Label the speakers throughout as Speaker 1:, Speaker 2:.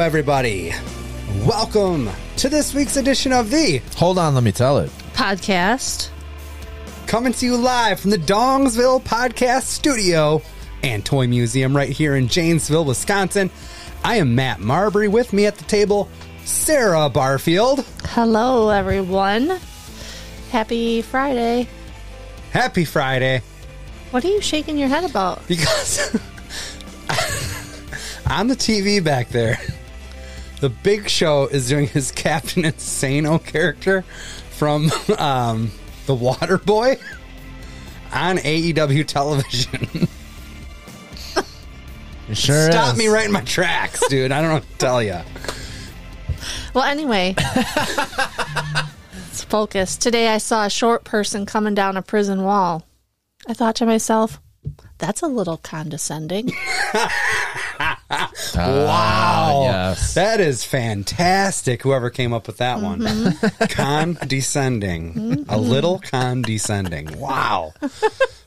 Speaker 1: everybody. Welcome to this week's edition of the
Speaker 2: Hold on, let me tell it.
Speaker 3: podcast.
Speaker 1: coming to you live from the Dongsville Podcast Studio and Toy Museum right here in Janesville, Wisconsin. I am Matt Marbury. With me at the table, Sarah Barfield.
Speaker 3: Hello, everyone. Happy Friday.
Speaker 1: Happy Friday.
Speaker 3: What are you shaking your head about?
Speaker 1: because on the TV back there, the Big Show is doing his Captain Insano character from um, The Water Boy on AEW television.
Speaker 2: It sure
Speaker 1: Stop
Speaker 2: is.
Speaker 1: me right in my tracks, dude. I don't know what to tell you.
Speaker 3: Well, anyway, let's focus. Today I saw a short person coming down a prison wall. I thought to myself, that's a little condescending.
Speaker 1: Wow.
Speaker 2: Ah, yes.
Speaker 1: That is fantastic. Whoever came up with that
Speaker 2: Mm-hmm.
Speaker 1: one. condescending. A little condescending. Wow.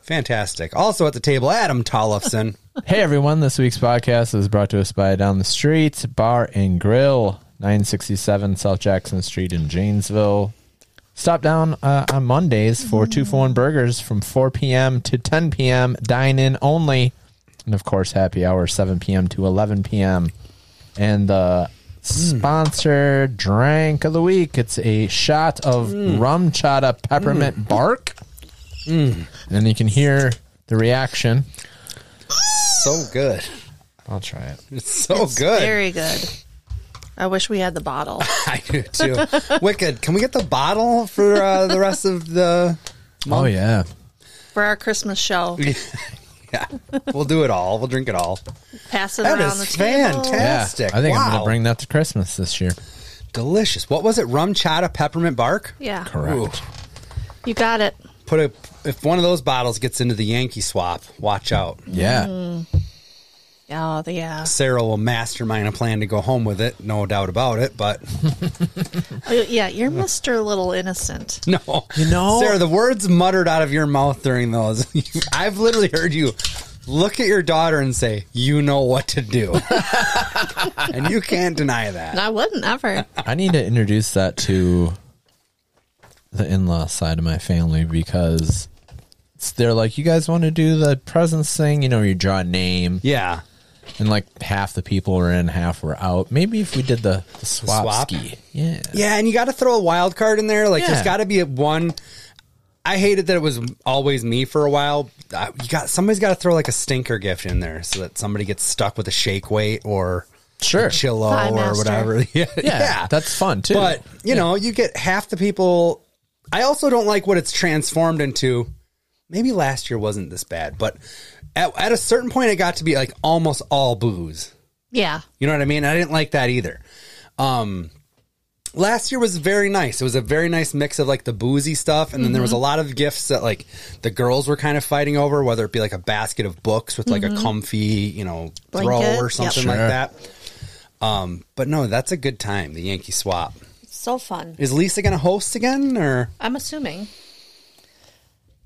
Speaker 1: fantastic. Also at the table, Adam Tollefson.
Speaker 2: Hey everyone, this week's podcast is brought to us by Down the Street Bar and Grill, 967 South Jackson Street in Janesville. Stop down uh, on Mondays for two for one burgers from 4 p.m. to 10 p.m. Dine in only, and of course happy hour 7 p.m. to 11 p.m. And the sponsor drink of the week it's a shot of rum chata peppermint bark, and you can hear the reaction.
Speaker 1: So good.
Speaker 2: I'll try it.
Speaker 1: It's so
Speaker 3: It's
Speaker 1: good.
Speaker 3: Very good. I wish we had the bottle.
Speaker 1: I do too. Wicked. Can we get the bottle for uh, the rest of the?
Speaker 2: Oh yeah.
Speaker 3: For our Christmas show,
Speaker 1: Yeah, we'll do it all. We'll drink it all.
Speaker 3: pass it
Speaker 1: That
Speaker 3: around
Speaker 1: is
Speaker 3: the table.
Speaker 1: fantastic. Fantastic.
Speaker 2: I think I'm
Speaker 1: Wow.
Speaker 2: gonna bring that to Christmas this year.
Speaker 1: Delicious. What was it? Rum chata peppermint bark.
Speaker 3: Yeah.
Speaker 2: Correct.
Speaker 1: Ooh.
Speaker 3: You got it.
Speaker 1: Put a if one of those bottles gets into the Yankee swap, watch out.
Speaker 2: Yeah.
Speaker 3: Oh, the- yeah.
Speaker 1: Sarah will mastermind a plan to go home with it, no doubt about it. But
Speaker 3: Oh, Yeah, you're Mr. Little Innocent.
Speaker 1: no, you
Speaker 2: know-
Speaker 1: Sarah, the words muttered out of your mouth during those, I've literally heard you look at your daughter and say, "You know what to do," and you can't deny that.
Speaker 3: I wouldn't ever.
Speaker 2: I need to introduce that to the in-law side of my family because it's- they're like, you guys want to do the presents thing? You know, you draw a name,
Speaker 1: Yeah.
Speaker 2: and like half the people were in, half were out. Maybe if we did the, the swap,
Speaker 1: swap?
Speaker 2: ski, yeah,
Speaker 1: Yeah, and you got to throw a wild card in there. Like,
Speaker 2: Yeah.
Speaker 1: there's got to be a one. I hated that it was always me for a while. Uh, You got somebody's got to throw like a stinker gift in there so that somebody gets stuck with a shake weight or
Speaker 2: sure,
Speaker 1: chillo
Speaker 3: Thigh
Speaker 1: or
Speaker 3: master.
Speaker 1: whatever. Yeah,
Speaker 2: yeah, that's fun too.
Speaker 1: but you know, you get half the people. I also don't like what it's transformed into. Maybe last year wasn't this bad, but at, at a certain point, it got to be like almost all booze.
Speaker 3: Yeah.
Speaker 1: You know what I mean? I didn't like that either. Um, last year was very nice. It was a very nice mix of like the boozy stuff, and then there was
Speaker 3: Mm-hmm.
Speaker 1: a lot of gifts that like the girls were kind of fighting over, whether it be like a basket of books with like a comfy, you know,
Speaker 3: Mm-hmm. Blanket,
Speaker 1: throw or
Speaker 3: yep.
Speaker 1: something
Speaker 2: Sure.
Speaker 1: like that. Um, but no, that's a good time. The Yankee swap
Speaker 3: So fun.
Speaker 1: is Lisa going to host again, or
Speaker 3: I'm assuming.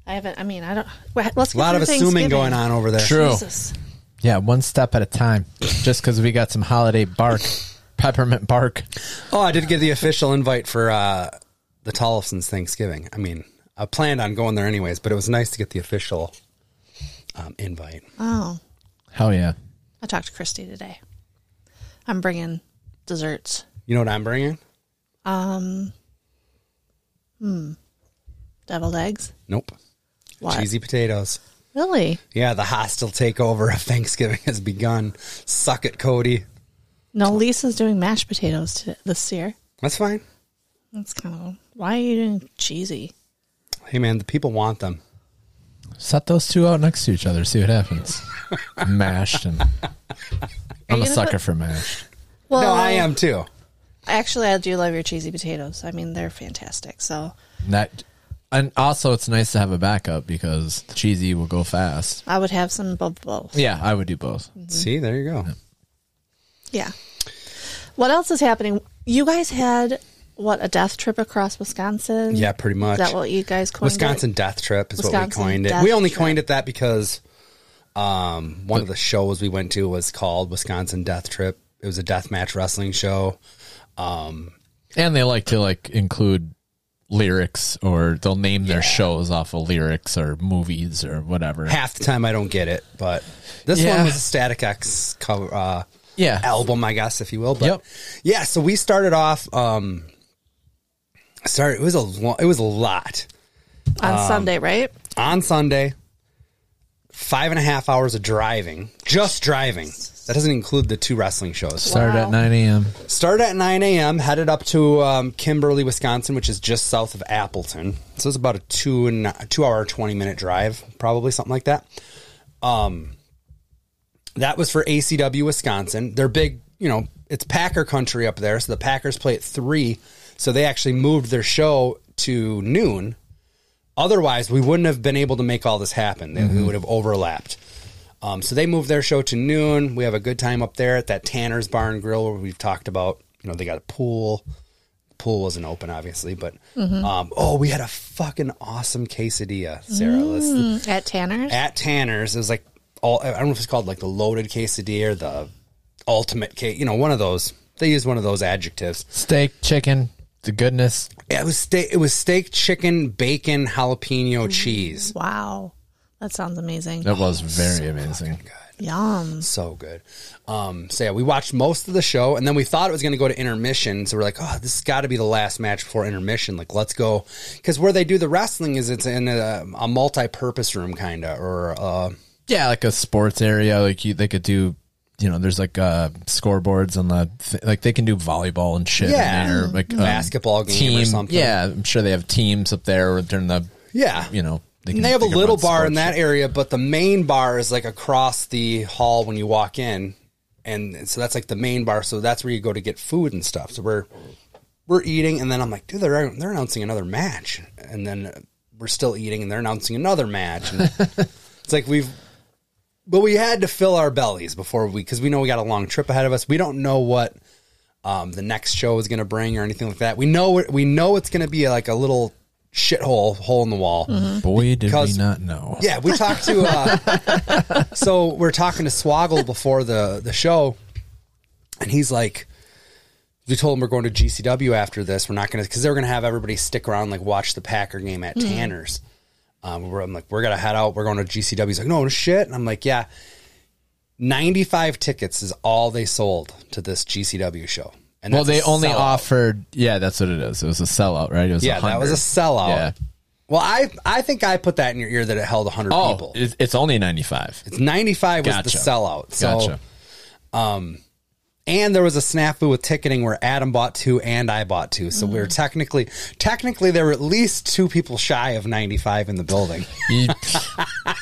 Speaker 3: I haven't. I mean, I don't. well, Let's
Speaker 1: a
Speaker 3: get
Speaker 1: lot of
Speaker 3: through
Speaker 1: assuming
Speaker 3: Thanksgiving.
Speaker 1: going on over there.
Speaker 2: True.
Speaker 3: Jesus.
Speaker 2: yeah, one step at a time. Just because we got some holiday bark, peppermint bark.
Speaker 1: Oh, I did get the official invite for uh, the Tollefson's Thanksgiving. I mean, I planned on going there anyways, but it was nice to get the official um, invite.
Speaker 3: Oh,
Speaker 2: Hell yeah.
Speaker 3: I talked to Christy today. I'm bringing desserts.
Speaker 1: You know what I'm bringing?
Speaker 3: Um, hmm, deviled eggs.
Speaker 1: Nope.
Speaker 3: What?
Speaker 1: Cheesy potatoes.
Speaker 3: Really?
Speaker 1: Yeah, the hostile takeover of Thanksgiving has begun. Suck it, Cody.
Speaker 3: No, Lisa's doing mashed potatoes to, this year.
Speaker 1: That's fine.
Speaker 3: That's kind of. Why are you doing cheesy?
Speaker 1: Hey, man, the people want them.
Speaker 2: Set those two out next to each other. See what happens. mashed and I'm
Speaker 3: you
Speaker 2: a
Speaker 3: gonna
Speaker 2: sucker
Speaker 3: put-
Speaker 2: for mashed.
Speaker 3: Well,
Speaker 1: no, I am too.
Speaker 3: Actually, I do love your cheesy potatoes. I mean, they're fantastic. So
Speaker 2: That and also it's nice to have a backup because cheesy will go fast.
Speaker 3: I would have some of both.
Speaker 2: Yeah, I would do both.
Speaker 3: Mm-hmm.
Speaker 1: See, there you go.
Speaker 3: Yeah. What else is happening? You guys had what a death trip across Wisconsin.
Speaker 1: Yeah, pretty much.
Speaker 3: Is that what you guys coined? it?
Speaker 1: Wisconsin Death Trip is what we
Speaker 3: Wisconsin
Speaker 1: coined it.
Speaker 3: Death
Speaker 1: We only
Speaker 3: Trip.
Speaker 1: coined it that because um, one of the shows we went to was called Wisconsin Death Trip It was a death match wrestling show.
Speaker 2: And they like to like include lyrics or they'll name their shows off of lyrics or movies or whatever.
Speaker 1: Half the time I don't get it, but this
Speaker 2: Yeah.
Speaker 1: one was a Static X cover, uh,
Speaker 2: yeah.
Speaker 1: album, I guess, if you will. But
Speaker 2: Yep.
Speaker 1: yeah, so we started off. Um, sorry, it was a lo- it was a lot
Speaker 3: on
Speaker 1: um,
Speaker 3: Sunday, right?
Speaker 1: on Sunday. Five and a half hours of driving, just driving. That doesn't include the two wrestling shows.
Speaker 2: Started at 9 a.m.
Speaker 1: Started at 9 a.m., headed up to um, Kimberly, Wisconsin, which is just south of Appleton. So it's about a two and two hour, 20 minute drive, probably something like that. Um, that was for ACW Wisconsin. They're big, you know, it's Packer country up there. So the Packers play at three. So they actually moved their show to noon. Otherwise, we wouldn't have been able to make all this happen. They We would have overlapped. Um, so they moved their show to noon. We have a good time up there at that Tanner's Bar and Grill where we've talked about. You know, they got a pool. The pool wasn't open, obviously, but um, oh, we had a fucking awesome quesadilla, Sarah. Let's-
Speaker 3: Mm, At Tanner's.
Speaker 1: at Tanner's, it was like all I don't know if it's called like the loaded quesadilla or the ultimate case. You know, one of those. They use one of those adjectives.
Speaker 2: Steak, chicken, the goodness.
Speaker 1: It was steak. It was steak, chicken, bacon, jalapeno cheese.
Speaker 3: wow. That sounds amazing.
Speaker 2: That was very amazing.
Speaker 3: Yum.
Speaker 1: so good. Um, so yeah, we watched most of the show, and then we thought it was going to go to intermission. So we're like, oh, this has got to be the last match before intermission. Like, let's go, because where they do the wrestling is it's in a, a multi-purpose room, kind of, or
Speaker 2: Um,
Speaker 1: uh,
Speaker 2: Yeah, like a sports area. Like you, they could do. You know, there's like uh, scoreboards on the th- like they can do volleyball and shit. in
Speaker 1: Yeah.
Speaker 2: there, like um,
Speaker 1: Basketball game or
Speaker 2: team-
Speaker 1: something.
Speaker 2: Yeah, I'm sure they have teams up there during the.
Speaker 1: yeah,
Speaker 2: You know, they,
Speaker 1: And they have a
Speaker 2: can
Speaker 1: little
Speaker 2: run
Speaker 1: bar in
Speaker 2: sports
Speaker 1: that area, but the main bar is like across the hall when you walk in, and so that's like the main bar. So that's where you go to get food and stuff. So we're we're eating, and then I'm like, dude, they're they're announcing another match, and then we're still eating, and they're announcing another match. And it's like we've, but we had to fill our bellies before we because we know we got a long trip ahead of us. We don't know what. Um, the next show is going to bring or anything like that. We know we know it's going to be like a little shithole hole in the wall.
Speaker 2: Mm-hmm. Boy, did
Speaker 1: Because-
Speaker 2: we not know.
Speaker 1: Yeah, we talked to. Uh, so we're talking to Swoggle before the the show, and he's like, "We told him we're going to GCW after this. We're not going to because they're going to have everybody stick around like watch the Packer game at Tanner's." Um, we're, I'm like, "We're gonna head out. We're going to GCW." He's like, "No shit," and I'm like, "Yeah." 95 tickets is all they sold to this GCW show. And
Speaker 2: Well,
Speaker 1: that's
Speaker 2: they
Speaker 1: a
Speaker 2: only
Speaker 1: sellout.
Speaker 2: offered. Yeah, that's what it is. It was a sellout, right? It was
Speaker 1: Yeah, that was a
Speaker 2: 100.
Speaker 1: sellout.
Speaker 2: Yeah.
Speaker 1: Well, I I think I put that in your ear that it held 100
Speaker 2: Oh,
Speaker 1: people.
Speaker 2: it's, it's only ninety five.
Speaker 1: It's 95 was
Speaker 2: Gotcha.
Speaker 1: the sellout. So,
Speaker 2: Gotcha.
Speaker 1: and there was a snafu with ticketing where Adam bought two and I bought two. So we were technically, technically there were at least two people shy of 95 in the building.
Speaker 2: you,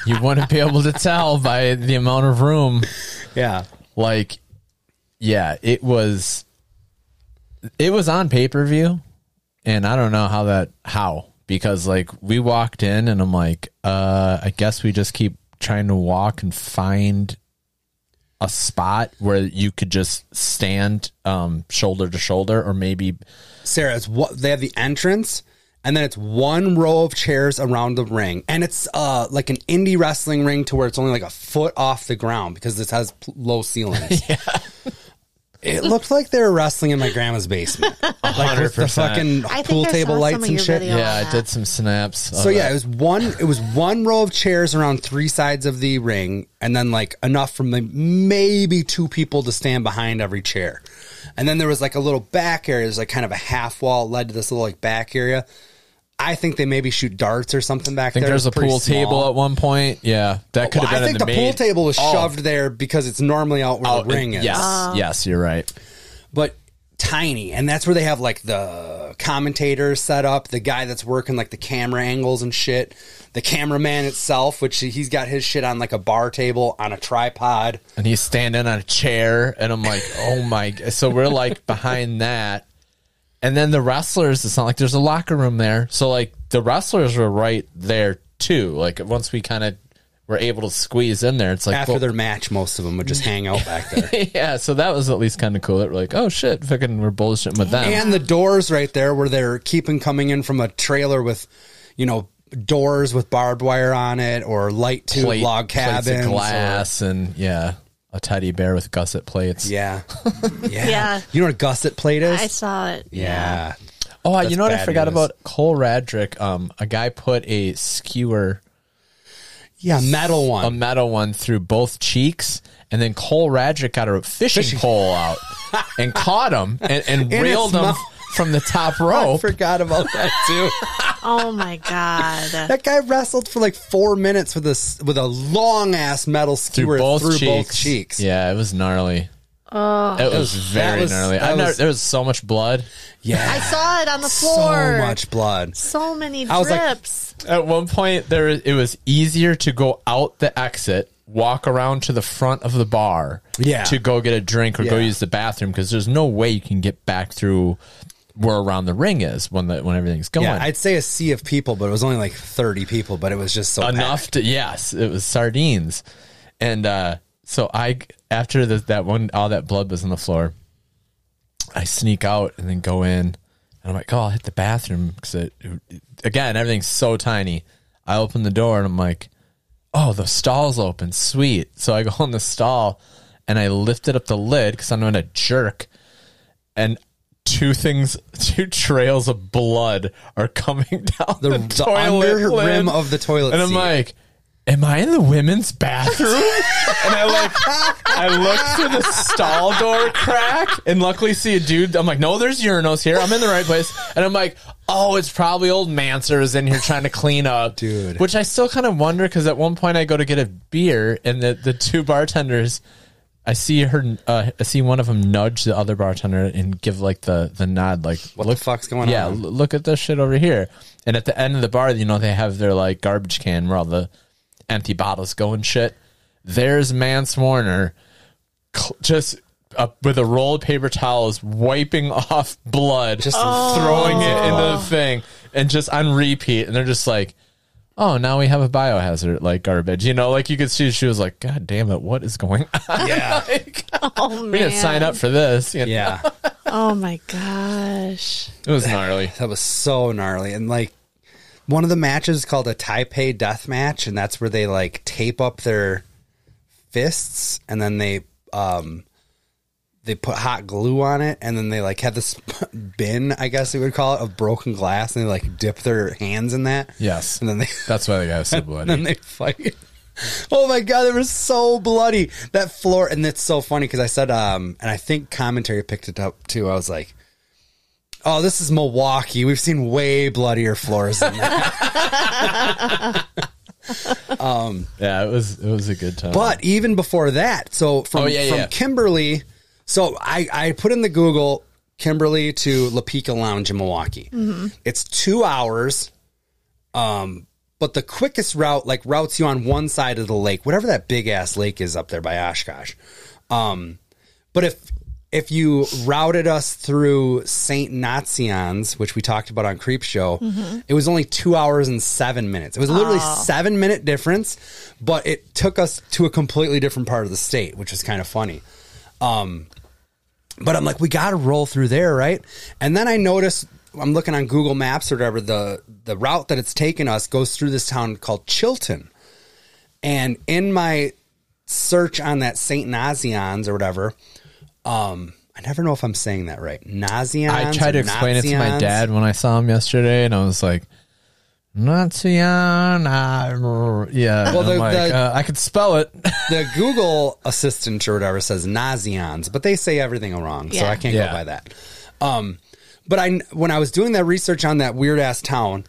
Speaker 2: you wouldn't be able to tell by the amount of room.
Speaker 1: yeah.
Speaker 2: Like, yeah, it was. It was on pay per view, and I don't know how that how because like we walked in and I'm like, uh, I guess we just keep trying to walk and find a spot where you could just stand um shoulder to shoulder or maybe
Speaker 1: Sarah, it's what they have the entrance and then it's one row of chairs around the ring. And it's uh like an indie wrestling ring to where it's only like a foot off the ground because this has pl- low ceilings. It looked like they were wrestling in my grandma's basement. Like with the
Speaker 2: 100%.
Speaker 1: fucking
Speaker 3: I think
Speaker 1: pool
Speaker 3: I
Speaker 1: table
Speaker 3: saw
Speaker 1: lights
Speaker 3: some of
Speaker 1: and
Speaker 3: your
Speaker 1: shit.
Speaker 3: videos.
Speaker 2: yeah, I
Speaker 3: Yeah.
Speaker 2: did some snaps. of
Speaker 1: So yeah,
Speaker 2: that.
Speaker 1: it was one. It was one row of chairs around three sides of the ring, and then like enough from the maybe two people to stand behind every chair, and then there was like a little back area. There's like kind of a half wall led to this little like back area. I think they maybe shoot darts or something back
Speaker 2: I think
Speaker 1: there.
Speaker 2: there's a
Speaker 1: It's pretty
Speaker 2: pool table
Speaker 1: small.
Speaker 2: at one point. Yeah, that could
Speaker 1: Well,
Speaker 2: have been.
Speaker 1: I think
Speaker 2: in
Speaker 1: the pool
Speaker 2: main-
Speaker 1: table was
Speaker 2: Oh,
Speaker 1: shoved there because it's normally out where
Speaker 2: oh,
Speaker 1: the ring
Speaker 2: it-
Speaker 1: is.
Speaker 2: Yes, yes, you're right.
Speaker 1: but tiny and that's where they have like the commentator set up the guy that's working like the camera angles and shit the cameraman itself which he's got his shit on like a bar table on a tripod
Speaker 2: And he's standing on a chair, and I'm like, oh my! g-" So we're like behind that, and then the wrestlers. It's not like there's a locker room there, so like the wrestlers were right there too. Like once we kind of were able to squeeze in there, it's like
Speaker 1: after
Speaker 2: well-
Speaker 1: their match most of them would just hang out back there
Speaker 2: yeah. So that was at least kind of cool. That we're like, oh shit, fucking, we're bullshitting with them.
Speaker 1: and the doors right there where they're keeping coming in from a trailer with you know doors with barbed wire on it or light tube
Speaker 2: Plate-
Speaker 1: log
Speaker 2: plates of
Speaker 1: cabins or-
Speaker 2: glass, and yeah, a teddy bear with gusset plates.
Speaker 1: Yeah. yeah.
Speaker 3: Yeah.
Speaker 1: You know what a gusset plate is?
Speaker 3: I saw it.
Speaker 1: yeah.
Speaker 2: Oh, you know what I
Speaker 1: bad
Speaker 2: forgot
Speaker 1: news.
Speaker 2: about Cole Radrick. Um, a guy put a skewer,
Speaker 1: Yeah, metal one.
Speaker 2: a metal one, through both cheeks, and then Cole Radrick got a fishing, pole out and caught him and, and
Speaker 1: In
Speaker 2: reeled
Speaker 1: his
Speaker 2: him
Speaker 1: mouth.
Speaker 2: from the top
Speaker 1: I
Speaker 2: rope.
Speaker 1: forgot about that too.
Speaker 3: Oh my god.
Speaker 1: That guy wrestled for like four minutes with a s- with a long ass metal skewer through both, cheeks.
Speaker 2: Yeah, it was gnarly. Oh, it was very
Speaker 1: was-
Speaker 2: gnarly. I
Speaker 1: that
Speaker 2: never,
Speaker 1: was-
Speaker 2: there was so much blood.
Speaker 1: Yeah.
Speaker 3: I saw it on the
Speaker 1: so
Speaker 3: floor.
Speaker 1: much blood.
Speaker 3: So many
Speaker 1: I was like-
Speaker 3: drips.
Speaker 2: At one point, there it was easier to go out the exit, walk around to the front of the bar,
Speaker 1: Yeah.
Speaker 2: to go get a drink or go
Speaker 1: Yeah.
Speaker 2: use the bathroom because there's no way you can get back through where around the ring is when the, when everything's going.
Speaker 1: Yeah, I'd say a sea of people, but it was only like thirty people. But it was just so packed.
Speaker 2: enough to yes it was sardines and uh so i after the, that one all that blood was on the floor i sneak out and then go in and i'm like oh i'll hit the bathroom because it, it- again everything's so tiny i open the door and i'm like oh the stall's open sweet so i go in the stall and i lifted up the lid because i'm gonna jerk and Two things, two trails of blood are coming down
Speaker 1: The,
Speaker 2: the,
Speaker 1: the under
Speaker 2: toilet
Speaker 1: rim
Speaker 2: lid
Speaker 1: of the toilet
Speaker 2: and I'm
Speaker 1: seat.
Speaker 2: like, am I in the women's bathroom? and I like, I look through the stall door crack, and luckily see a dude. I'm like, no, there's urinals here. I'm in the right place. And I'm like, oh, it's probably old Manser is in here trying to clean up,
Speaker 1: Dude.
Speaker 2: Which I still kind of wonder because at one point I go to get a beer, and the the two bartenders. I see her. Uh, I see one of them nudge the other bartender and give like the the nod, like
Speaker 1: what the fuck's going
Speaker 2: yeah,
Speaker 1: on?
Speaker 2: l- look at this shit over here. And at the end of the bar, you know, they have their like garbage can where all the empty bottles go and shit. There's Mance Warner cl- just up with a roll of paper towels, wiping off blood, just throwing it into the thing, and just on repeat. And they're just like, oh, now we have a biohazard like garbage. You know, like you could see she was like, God damn it, what is going on?
Speaker 1: Yeah,
Speaker 2: Like,
Speaker 3: Oh man.
Speaker 2: we didn't sign up for this. You know?
Speaker 1: yeah.
Speaker 3: Oh my gosh.
Speaker 2: It was gnarly.
Speaker 1: That was so gnarly. And like one of the matches is called a Taipei death match, and that's where they like tape up their fists and then they um they put hot glue on it and then they like have this bin, I guess we would call it, of broken glass and they like dip their hands in that.
Speaker 2: Yes.
Speaker 1: And then they
Speaker 2: That's why the guy was so bloody.
Speaker 1: and they fight. Oh my god, they were so bloody. That floor and it's so funny because I said um and I think commentary picked it up too. I was like, Oh, this is Milwaukee. We've seen way bloodier floors than that.
Speaker 2: Yeah, it was it was a good time.
Speaker 1: But even before that, so from
Speaker 2: Oh, yeah,
Speaker 1: from
Speaker 2: yeah.
Speaker 1: Kimberly, so I I put in the Google Kimberly to La Pica Lounge in Milwaukee. It's two hours, um, but the quickest route like routes you on one side of the lake, whatever that big ass lake is up there by Oshkosh. Um, but if if you routed us through Saint Nazian's, which we talked about on Creep Show, it was only two hours and seven minutes. It was literally seven minute difference, but it took us to a completely different part of the state, which was kind of funny. But I'm like, we got to roll through there, right? And then I notice I'm looking on Google Maps or whatever the the route that it's taken us goes through this town called Chilton, and in my search on that Saint Nazian's or whatever, um, I never know if I'm saying that right. Nazian's.
Speaker 2: I tried to
Speaker 1: or
Speaker 2: explain it to my
Speaker 1: Nazian's?
Speaker 2: dad when I saw him yesterday, and I was like, "Nazian, uh, yeah." Well,
Speaker 1: Well, the-
Speaker 2: I'm like,
Speaker 1: the-
Speaker 2: uh, I could spell it.
Speaker 1: the Google assistant or whatever says Nazian's, but they say everything wrong, so
Speaker 3: Yeah.
Speaker 1: I can't
Speaker 2: Yeah.
Speaker 1: go by that. Um, but I, when I was doing that research on that weird ass town,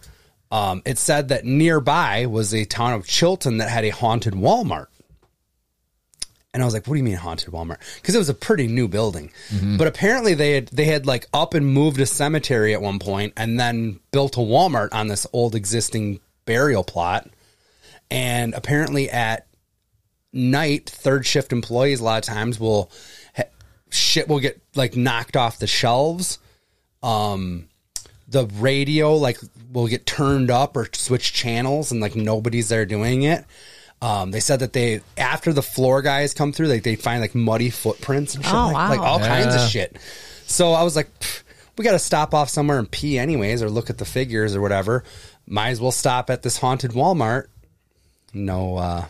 Speaker 1: um, it said that nearby was a town of Chilton that had a haunted Walmart. And I was like, "What do you mean haunted Walmart?" Because it was a pretty new building, but apparently they had they had like up and moved a cemetery at one point, and then built a Walmart on this old existing burial plot. And apparently, at night, third shift employees a lot of times will ha- shit will get like knocked off the shelves. Um, the radio like will get turned up or switch channels, and like nobody's there doing it. Um, they said that they after the floor guys come through, like they find like muddy footprints and shit,
Speaker 3: Oh,
Speaker 1: like,
Speaker 3: wow.
Speaker 1: like all kinds of
Speaker 2: Yeah.
Speaker 1: shit. So I was like, "Pff, we got to stop off somewhere and pee anyways, or look at the figures or whatever. Might as well stop at this haunted Walmart no uh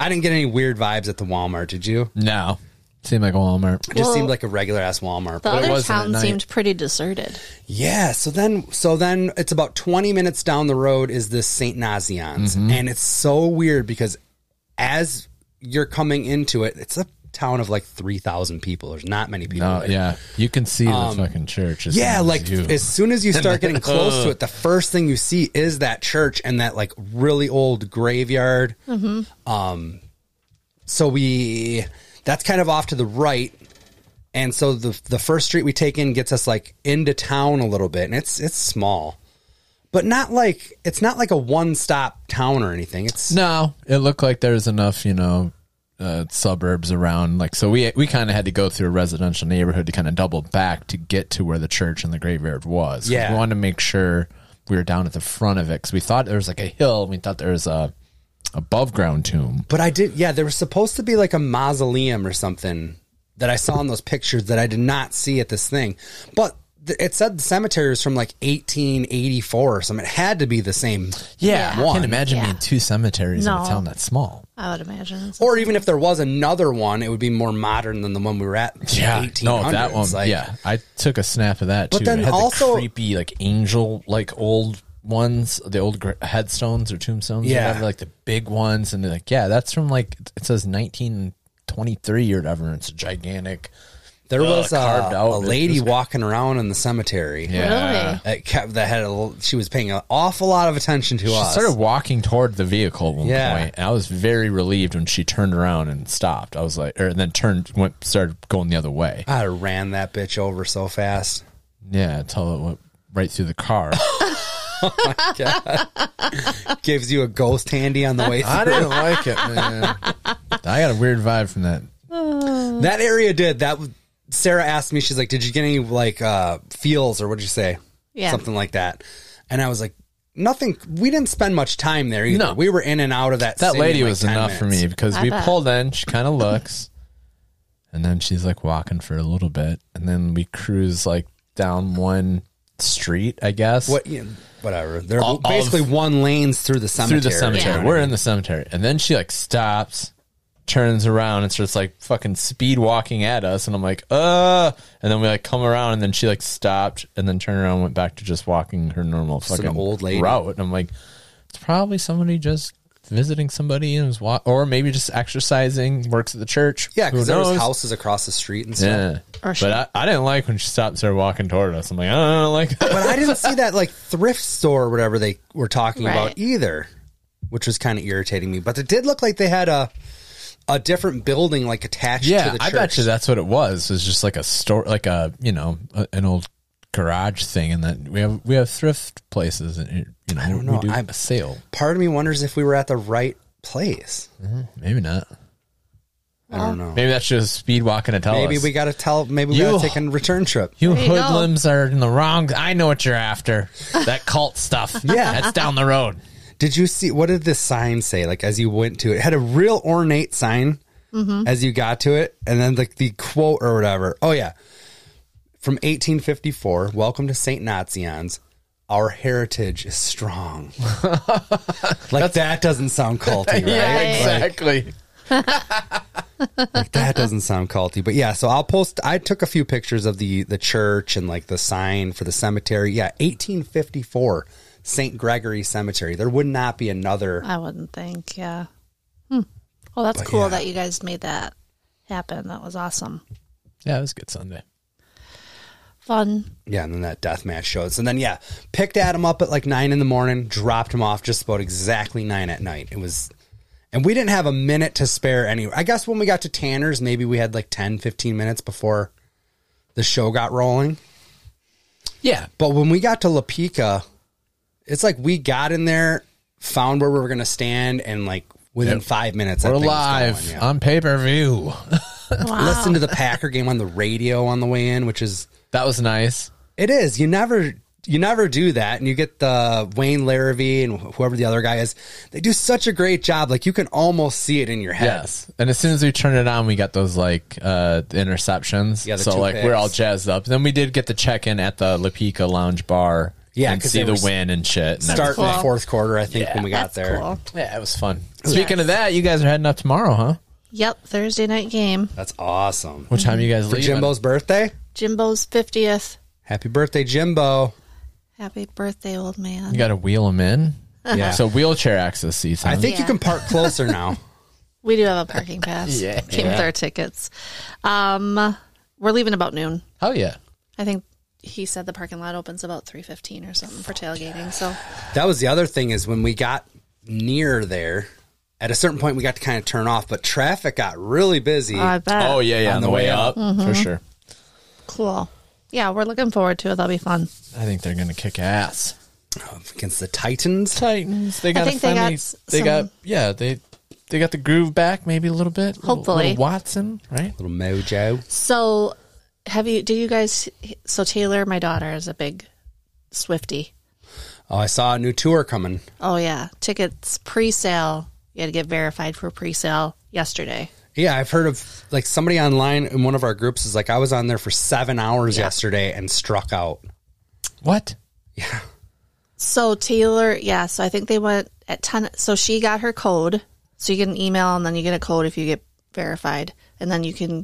Speaker 1: I I didn't get any weird vibes at the Walmart. Did you?
Speaker 2: No. Seemed like a Walmart.
Speaker 1: It just
Speaker 3: Well,
Speaker 1: seemed like a regular ass Walmart.
Speaker 3: The
Speaker 1: But-
Speaker 2: it
Speaker 3: other
Speaker 2: wasn't at
Speaker 3: town
Speaker 2: night.
Speaker 3: seemed pretty deserted.
Speaker 1: yeah. So then, so then it's about 20 minutes down the road is this St. Nazian's.
Speaker 2: Mm-hmm.
Speaker 1: And it's so weird because as you're coming into it, it's a town of like 3,000 people. There's not many people.
Speaker 2: No,
Speaker 1: there.
Speaker 2: Uh, yeah. You can see the fucking church. as
Speaker 1: Yeah,
Speaker 2: soon as
Speaker 1: like
Speaker 2: you-
Speaker 1: as soon as you start getting close to it, the first thing you see is that church and that like really old graveyard. Um, so we that's kind of off to the right, and so the the first street we take in gets us like into town a little bit, and it's it's small, but not like it's not like a one stop town or anything. It's
Speaker 2: No, it looked like there's enough, you know, uh, suburbs around. Like, so we we kind of had to go through a residential neighborhood to kind of double back to get to where the church and the graveyard was. 'Cause
Speaker 1: Yeah.
Speaker 2: we wanted to make sure we were down at the front of it because we thought there was like a hill. and We thought there was a above ground tomb.
Speaker 1: But I did, yeah, there was supposed to be like a mausoleum or something that I saw in those pictures that I did not see at this thing. But th- it said the cemetery was from like 1884 or something. It had to be the same.
Speaker 2: Yeah, I
Speaker 1: One.
Speaker 2: can't imagine being two cemeteries in a
Speaker 3: No.
Speaker 2: town that small.
Speaker 3: I would imagine.
Speaker 1: Or even if there was another one, it would be more modern than the one we were at. in the
Speaker 2: Yeah, no, that
Speaker 1: 1800s.
Speaker 2: one.
Speaker 1: Like,
Speaker 2: yeah, I took a snap of that
Speaker 1: But
Speaker 2: too.
Speaker 1: then
Speaker 2: it had
Speaker 1: also-
Speaker 2: the creepy, like angel, like old ones, the old gra- headstones or tombstones,
Speaker 1: Yeah.
Speaker 2: yeah, whatever, like the big ones, and they're like, yeah, that's from like it says nineteen twenty three or whatever. and It's gigantic.
Speaker 1: There
Speaker 2: Ugh,
Speaker 1: was a,
Speaker 2: carved out.
Speaker 1: a
Speaker 2: It
Speaker 1: lady
Speaker 2: was-
Speaker 1: walking around in the cemetery.
Speaker 3: Really?
Speaker 1: That kept that had a, l- she was paying an awful lot of attention to
Speaker 2: She
Speaker 1: us.
Speaker 2: started walking toward the vehicle at one
Speaker 1: Yeah.
Speaker 2: point, and I was very relieved when she turned around and stopped. I was like, or and then turned, went, started going the other way.
Speaker 1: I ran that bitch over so fast.
Speaker 2: Yeah, until it went right through the car.
Speaker 1: Gives you a ghost handy on the way through.
Speaker 2: I didn't like it, man. I got a weird vibe from that
Speaker 1: That area did. That w- Sarah asked me, she's like, Did you get any like uh feels or what'd you say?
Speaker 3: Yeah.
Speaker 1: Something like that. And I was like, Nothing we didn't spend much time there either.
Speaker 2: No.
Speaker 1: We were in and out of that
Speaker 2: that
Speaker 1: city in,
Speaker 2: lady
Speaker 1: like,
Speaker 2: was
Speaker 1: 10
Speaker 2: enough for
Speaker 1: minutes.
Speaker 2: me because
Speaker 3: I
Speaker 2: we
Speaker 3: bet.
Speaker 2: pulled in. She kind of looks, and then she's like walking for a little bit, and then we cruise like down one street, I guess,
Speaker 1: What you know, whatever. They're
Speaker 2: All- all
Speaker 1: basically
Speaker 2: of-
Speaker 1: one lanes through the cemetery.
Speaker 2: through the cemetery.
Speaker 3: Yeah.
Speaker 2: We're in the cemetery, and then she like stops, turns around, and starts like fucking speed walking at us, and I'm like, uh, and then we like come around, and then she like stopped, and then turned around, and went back to just walking her normal
Speaker 1: an
Speaker 2: fucking
Speaker 1: old lady.
Speaker 2: route, and I'm like, it's probably somebody just. Visiting somebody and was wa- or maybe just exercising, works at the church.
Speaker 1: Yeah,
Speaker 2: Who
Speaker 1: because there was
Speaker 2: knows?
Speaker 1: houses across the street and stuff.
Speaker 2: Yeah.
Speaker 3: Or
Speaker 2: But
Speaker 3: she-
Speaker 2: I, I didn't like when she stopped and started walking toward us. I'm like, I don't, I don't like that.
Speaker 1: But I didn't see that like thrift store or whatever they were talking
Speaker 3: Right.
Speaker 1: about either, which was kind of irritating me. But it did look like they had a a different building like attached to
Speaker 2: Yeah,
Speaker 1: the church.
Speaker 2: I bet you that's what it was. It was just like a store, like a, you know, a, an old garage thing. And that we have, we have thrift places and, you know,
Speaker 1: don't know.
Speaker 2: we do
Speaker 1: I'm-
Speaker 2: a sale.
Speaker 1: part of me wonders if we were at the right place.
Speaker 2: Maybe not.
Speaker 1: I don't know.
Speaker 2: Maybe that's just speed walking to tell
Speaker 1: Maybe
Speaker 2: us.
Speaker 1: we got to tell. Maybe we
Speaker 2: You-
Speaker 1: got to take a return trip.
Speaker 2: you
Speaker 3: There you go.
Speaker 2: hoodlums are in the wrong. I know what you're after. That cult stuff.
Speaker 1: Yeah.
Speaker 2: That's down the road.
Speaker 1: Did you see what did this sign say? Like as you went to it, it had a real ornate sign as you got to it, and then like the quote or whatever. Oh yeah, from 1854. Welcome to Saint Nazian's. Our heritage is strong. like that doesn't sound culty, right?
Speaker 3: Right.
Speaker 2: exactly.
Speaker 1: that doesn't sound culty but yeah so i'll post i took a few pictures of the the church and like the sign for the cemetery yeah 1854 st gregory cemetery there would not be another
Speaker 3: I wouldn't think. Yeah. Hmm. Well, that's cool that you guys made that happen. That was awesome.
Speaker 2: Yeah, it was a good Sunday.
Speaker 3: Fun.
Speaker 1: yeah and then that death match shows and then yeah picked adam up at like nine in the morning dropped him off just about exactly nine at night it was and we didn't have a minute to spare anyway i guess when we got to tanner's maybe we had like 10 15 minutes before the show got rolling
Speaker 2: Yeah.
Speaker 1: But when we got to La Pica, it's like we got in there, found where we were going to stand, and like within five minutes, that
Speaker 2: We're
Speaker 1: thing was
Speaker 2: live
Speaker 1: going, yeah.
Speaker 2: on pay per view.
Speaker 3: Wow.
Speaker 1: Listen to the Packer game on the radio on the way in, which is
Speaker 2: that was nice.
Speaker 1: it is you never you never do that, and you get the Wayne Larrabee and wh- whoever the other guy is. They do such a great job; like you can almost see it in your head.
Speaker 2: Yes. And as soon as we turned it on, we got those like uh the interceptions.
Speaker 1: Yeah, the
Speaker 2: so
Speaker 1: two
Speaker 2: like we're all
Speaker 1: picks.
Speaker 2: jazzed up. Then we did get the check in at the La Pica Lounge Bar.
Speaker 1: Yeah,
Speaker 2: and
Speaker 1: 'cause
Speaker 2: see
Speaker 1: they
Speaker 2: the
Speaker 1: were
Speaker 2: win and shit. And
Speaker 1: Starting
Speaker 2: everything.
Speaker 1: the
Speaker 3: cool.
Speaker 1: fourth quarter, I think when we got
Speaker 3: that's
Speaker 1: there,
Speaker 3: cool.
Speaker 2: Yeah, it was fun. Speaking of that, you guys are heading up tomorrow, huh?
Speaker 3: Yep, Thursday night game.
Speaker 1: That's awesome.
Speaker 2: What time you guys
Speaker 1: For
Speaker 2: leaving?
Speaker 1: Jimbo's birthday?
Speaker 3: Jimbo's 50th.
Speaker 1: Happy birthday, Jimbo.
Speaker 3: Happy birthday, old man.
Speaker 2: You got to wheel him in.
Speaker 1: Yeah.
Speaker 2: So wheelchair access seats. huh?
Speaker 1: I think you
Speaker 3: Yeah.
Speaker 1: can park closer now.
Speaker 3: We do have a parking pass.
Speaker 2: Yeah.
Speaker 3: Came with our tickets. Um, we're leaving about noon.
Speaker 2: Hell yeah.
Speaker 3: I think he said the parking lot opens about 3.15 or something for tailgating. So
Speaker 1: That was the other thing is when we got near there, at a certain point we got to kind of turn off, but traffic got really busy.
Speaker 3: I bet.
Speaker 2: Oh yeah, yeah. On, the, way, up, for
Speaker 3: Mm-hmm.
Speaker 2: sure.
Speaker 3: Cool. Yeah, we're looking forward to it. That'll be fun.
Speaker 2: I think they're gonna kick ass.
Speaker 1: Oh, against the Titans.
Speaker 2: Titans. They got.
Speaker 3: think
Speaker 2: a
Speaker 3: they got
Speaker 2: friendly-
Speaker 3: s-
Speaker 2: They
Speaker 3: some-
Speaker 2: got. Yeah. They. They got the groove back, maybe a little bit. Little-
Speaker 3: Hopefully.
Speaker 2: little Watson, right?
Speaker 1: Little mojo.
Speaker 3: So have you, do you guys, so Taylor, my daughter, is a big Swifty.
Speaker 1: Oh, I saw a new tour coming.
Speaker 3: Oh yeah, tickets pre-sale. You had to get verified for pre-sale yesterday.
Speaker 1: Yeah, I've heard of like somebody online in one of our groups is like I was on there for seven hours yesterday and struck out.
Speaker 2: What?
Speaker 3: So Taylor, yeah. So I think they went at ten. So she got her code. So you get an email, and then you get a code if you get verified, and then you can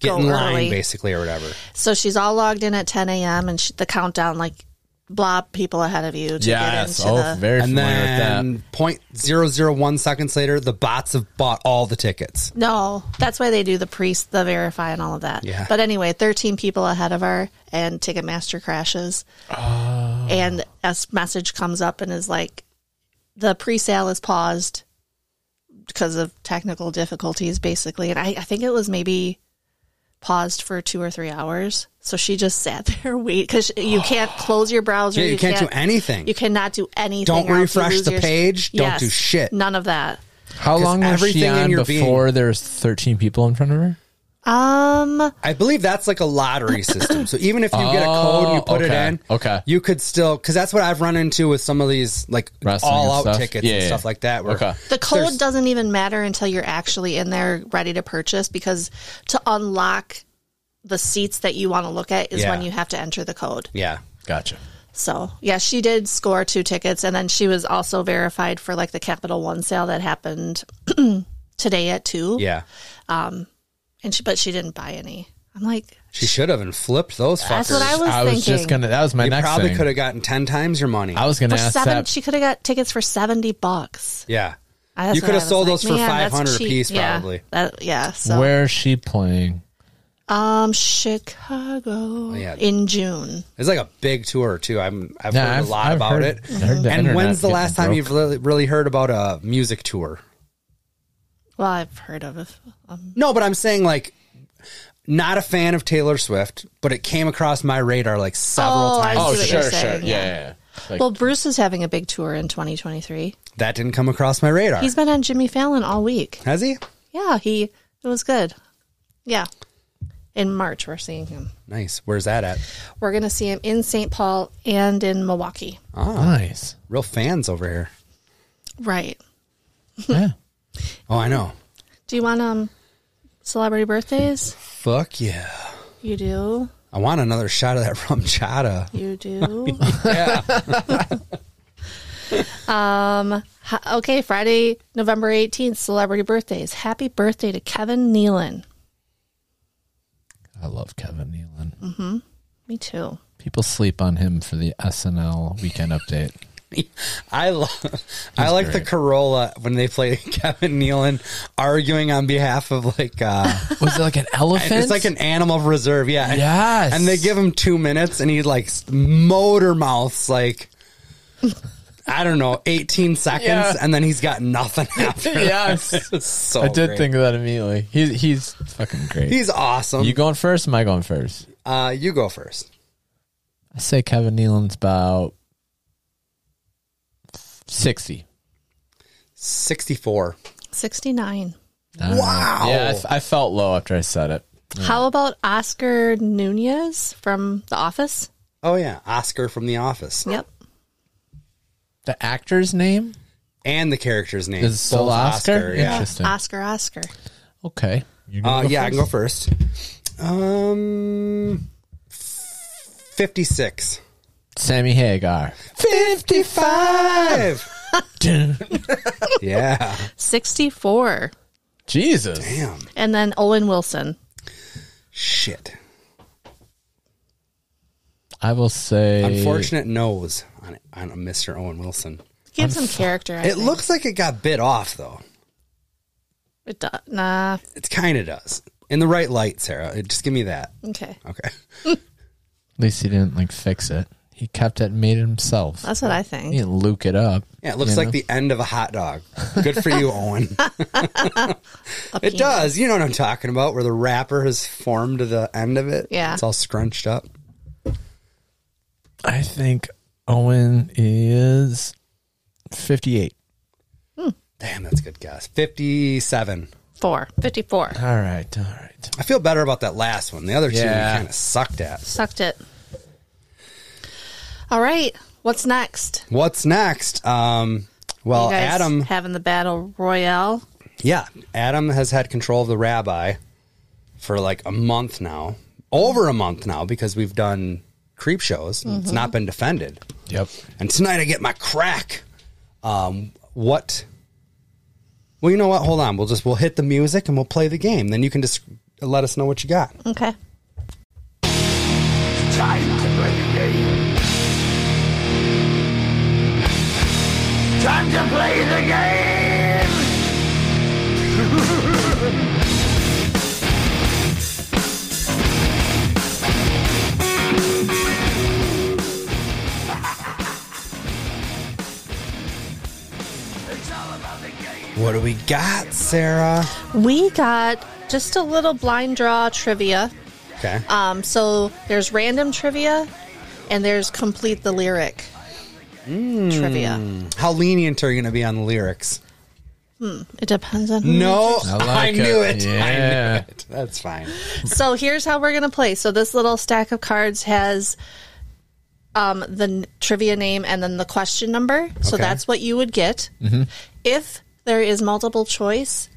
Speaker 1: Get
Speaker 3: go
Speaker 1: in line
Speaker 3: early.
Speaker 1: basically or whatever.
Speaker 3: So she's all logged in at 10 a.m. and she, the countdown, like, blah, people ahead of you to
Speaker 2: Yes.
Speaker 3: get into
Speaker 2: Oh,
Speaker 3: the.
Speaker 2: very
Speaker 1: And
Speaker 2: familiar with that.
Speaker 1: then point zero zero one seconds later, the bots have bought all the tickets.
Speaker 3: No, that's why they do the priest, the verify, and all of that.
Speaker 1: Yeah.
Speaker 3: But anyway, 13 people ahead of her, and Ticketmaster crashes.
Speaker 1: Oh.
Speaker 3: And a s- message comes up and is like, the pre sale is paused because of technical difficulties, basically. And I, I think it was maybe paused for two or three hours. So she just sat there, wait, because you can't close your browser.
Speaker 1: Oh. Yeah, you, can't, do anything.
Speaker 3: You cannot do anything.
Speaker 1: Don't
Speaker 3: or else you
Speaker 1: refresh
Speaker 3: lose
Speaker 1: the
Speaker 3: your-
Speaker 1: page. Don't do shit.
Speaker 3: None of that.
Speaker 2: How
Speaker 1: 'Cause
Speaker 2: long was she
Speaker 1: everything in
Speaker 2: on
Speaker 1: your
Speaker 2: before there's 13 people in front of her?
Speaker 3: Um,
Speaker 1: I believe that's like a lottery system. So even if you get a code and you
Speaker 2: Oh,
Speaker 1: put
Speaker 2: okay,
Speaker 1: it in,
Speaker 2: okay.
Speaker 1: you could still because that's what I've run into with some of these like
Speaker 2: Wrestling and
Speaker 1: all out
Speaker 2: stuff?
Speaker 1: tickets
Speaker 2: Yeah,
Speaker 1: and
Speaker 2: yeah.
Speaker 1: stuff like that. Where
Speaker 2: Okay.
Speaker 3: The code
Speaker 1: There's-
Speaker 3: doesn't even matter until you're actually in there ready to purchase because to unlock the seats that you want to look at is
Speaker 1: Yeah.
Speaker 3: when you have to enter the code.
Speaker 1: Yeah,
Speaker 2: Gotcha.
Speaker 3: So, yeah, she did score two tickets and then she was also verified for like the Capital One sale that happened today at 2.
Speaker 1: yeah.
Speaker 3: And she but she didn't buy any. I'm like,
Speaker 1: She should have and flipped those fuckers.
Speaker 3: that's what I was
Speaker 2: I
Speaker 3: thinking.
Speaker 2: was just gonna. That was my
Speaker 1: You
Speaker 2: next
Speaker 1: probably
Speaker 2: thing.
Speaker 1: could have gotten ten times your money.
Speaker 2: I was gonna
Speaker 3: for
Speaker 2: ask
Speaker 3: seven,
Speaker 2: that.
Speaker 3: she could have got tickets for 70 bucks.
Speaker 1: yeah,
Speaker 3: I- that's
Speaker 1: you
Speaker 3: what
Speaker 1: could
Speaker 3: I
Speaker 1: have
Speaker 3: was
Speaker 1: sold
Speaker 3: like,
Speaker 1: those for
Speaker 3: "Man, that's
Speaker 1: five hundred a
Speaker 3: cheap."
Speaker 1: piece,
Speaker 3: Yeah,
Speaker 1: probably.
Speaker 3: That, yeah. So
Speaker 2: Where's she playing?
Speaker 3: Um, Chicago
Speaker 1: Oh, yeah.
Speaker 3: in June.
Speaker 1: It's like a big tour too. I'm I've
Speaker 2: Yeah,
Speaker 1: heard
Speaker 2: I've-
Speaker 1: a lot
Speaker 2: I've
Speaker 1: about
Speaker 2: heard-
Speaker 1: it.
Speaker 2: I heard the
Speaker 1: and
Speaker 2: internet
Speaker 1: when's the
Speaker 2: getting
Speaker 1: last time
Speaker 2: broke.
Speaker 1: you've really, really heard about a music tour?
Speaker 3: Well, I've heard of. it. Um,
Speaker 1: No, but I'm saying like not a fan of Taylor Swift, but it came across my radar like several
Speaker 3: Oh, I
Speaker 1: times.
Speaker 3: see
Speaker 2: Oh,
Speaker 3: what
Speaker 2: sure,
Speaker 3: you're
Speaker 2: sure.
Speaker 3: saying,
Speaker 2: Yeah,
Speaker 3: yeah.
Speaker 2: yeah. yeah. Like,
Speaker 3: well, Bruce is having a big tour in 2023.
Speaker 1: That didn't come across my radar.
Speaker 3: He's been on Jimmy Fallon all week.
Speaker 1: Has he?
Speaker 3: Yeah, he it was good. Yeah, in March we're seeing him.
Speaker 1: Nice. Where's that at?
Speaker 3: We're gonna see him in St. Paul and in Milwaukee.
Speaker 2: nice.
Speaker 1: Real fans over here.
Speaker 3: Right.
Speaker 2: yeah.
Speaker 1: Oh, I know.
Speaker 3: Do you want um celebrity birthdays?
Speaker 1: Fuck yeah.
Speaker 3: You do.
Speaker 1: I want another shot of that rum chata.
Speaker 3: You do. um. h- Okay, Friday, November eighteenth, celebrity birthdays. Happy birthday to Kevin Nealon.
Speaker 2: I love Kevin Nealon.
Speaker 3: Me too.
Speaker 2: People sleep on him for the SNL weekend update.
Speaker 1: I love. I like
Speaker 2: great.
Speaker 1: the Corolla when they play Kevin Nealon arguing on behalf of like uh,
Speaker 2: Was it like an elephant?
Speaker 1: it's like an animal reserve, yeah.
Speaker 2: Yes.
Speaker 1: And they give him two minutes, and he like motor mouths like I don't know, eighteen seconds,
Speaker 2: Yeah.
Speaker 1: and then he's got nothing after. that.
Speaker 2: Yes.
Speaker 1: It's so
Speaker 2: I did
Speaker 1: Oh, great.
Speaker 2: think of that immediately. He's he's fucking great.
Speaker 1: he's awesome.
Speaker 2: you going first? Am I going first?
Speaker 1: uh, you go first.
Speaker 2: I say Kevin Nealon's about sixty.
Speaker 1: Sixty-four.
Speaker 3: Sixty nine.
Speaker 2: I don't know.
Speaker 1: Wow.
Speaker 2: Ah, Yeah, I f- I felt low after I said it.
Speaker 3: How about Oscar Nunez from The Office?
Speaker 1: Oh yeah, Oscar from The Office,
Speaker 3: Yep.
Speaker 2: The actor's name
Speaker 1: and the character's name
Speaker 2: is still
Speaker 1: Both
Speaker 2: Oscar.
Speaker 1: yeah.
Speaker 2: Interesting.
Speaker 3: Oscar. Oscar.
Speaker 2: okay. You're
Speaker 1: Uh,
Speaker 2: gonna go
Speaker 1: yeah, I
Speaker 2: first?
Speaker 1: can go first. Um, fifty-six.
Speaker 2: Sammy Hagar.
Speaker 1: Fifty-five. Yeah.
Speaker 3: 64.
Speaker 2: Jesus.
Speaker 1: Damn.
Speaker 3: And then Olin Wilson.
Speaker 1: Shit.
Speaker 2: I will say.
Speaker 1: Unfortunate nose on, on Mr. Owen Wilson.
Speaker 3: Give some character. I
Speaker 1: It
Speaker 3: think.
Speaker 1: looks like it got bit off, though.
Speaker 3: It do- nah.
Speaker 1: It kind of does. In the right light, Sarah. Just give me that.
Speaker 3: Okay.
Speaker 1: Okay.
Speaker 2: At least he didn't like fix it. He kept it and made it himself.
Speaker 3: That's what I
Speaker 2: He
Speaker 3: think.
Speaker 2: didn't luke it up.
Speaker 1: Yeah, it looks
Speaker 2: You
Speaker 1: like
Speaker 2: know?
Speaker 1: the end of a hot dog. Good for you, Owen. it does. You know what I'm talking about, where the wrapper has formed to the end of it.
Speaker 3: Yeah.
Speaker 1: It's all scrunched up.
Speaker 2: I think Owen is 58.
Speaker 1: Damn, that's a good guess. 57.
Speaker 3: Four. 54.
Speaker 2: All right. All right.
Speaker 1: I feel better about that last one. The other two
Speaker 2: Yeah.
Speaker 1: we kind of sucked at.
Speaker 3: Sucked it. All right. What's next?
Speaker 1: What's next? Um, well,
Speaker 3: you guys
Speaker 1: Adam.
Speaker 3: having the battle royale.
Speaker 1: Yeah, Adam has had control of the rabbi for like a month now, over a month now, because we've done creep shows. And It's not been defended,
Speaker 2: Yep.
Speaker 1: and tonight I get my crack. Um, what? Well, you know what? Hold on. We'll just we'll hit the music and we'll play the game. Then you can just let us know what you got.
Speaker 3: Okay.
Speaker 4: Time to play the game. Time to play the game. it's all about the game.
Speaker 1: What do we got, Sarah?
Speaker 3: We got just a little blind draw trivia.
Speaker 1: Okay.
Speaker 3: Um, so there's random trivia and there's complete the lyric trivia.
Speaker 1: How lenient are you going to be on the lyrics?
Speaker 3: It depends on who
Speaker 1: No, I,
Speaker 2: like
Speaker 1: knew it.
Speaker 2: it.
Speaker 1: I
Speaker 2: Yeah.
Speaker 1: knew it. That's fine.
Speaker 3: So here's how we're gonna play. So this little stack of cards has um, the n- trivia name and then the question number. So
Speaker 1: Okay. Mm-hmm.
Speaker 3: that's what you would get. If there is multiple choice,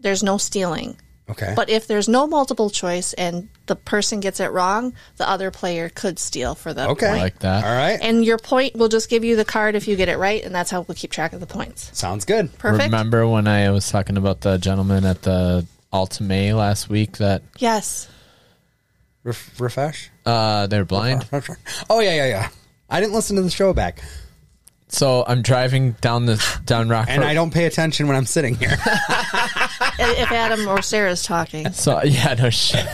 Speaker 3: there's no stealing.
Speaker 1: Okay.
Speaker 3: But if there's no multiple choice and the person gets it wrong, the other player could steal for the
Speaker 1: okay.
Speaker 3: point.
Speaker 2: Like that.
Speaker 1: All right.
Speaker 3: And your point will just give you the card if you get it right, and that's how we'll keep track of the points.
Speaker 1: Sounds good.
Speaker 3: Perfect.
Speaker 2: Remember when I was talking about the gentleman at the Altame last week that
Speaker 3: Yes.
Speaker 1: Ref- refresh.
Speaker 2: uh, they're blind?
Speaker 1: Oh yeah, yeah, yeah. I didn't listen to the show back,
Speaker 2: So I'm driving down this down Rockford.
Speaker 1: and I don't pay attention when I'm sitting here.
Speaker 3: I- if Adam or Sarah's talking,
Speaker 2: So yeah, no shit.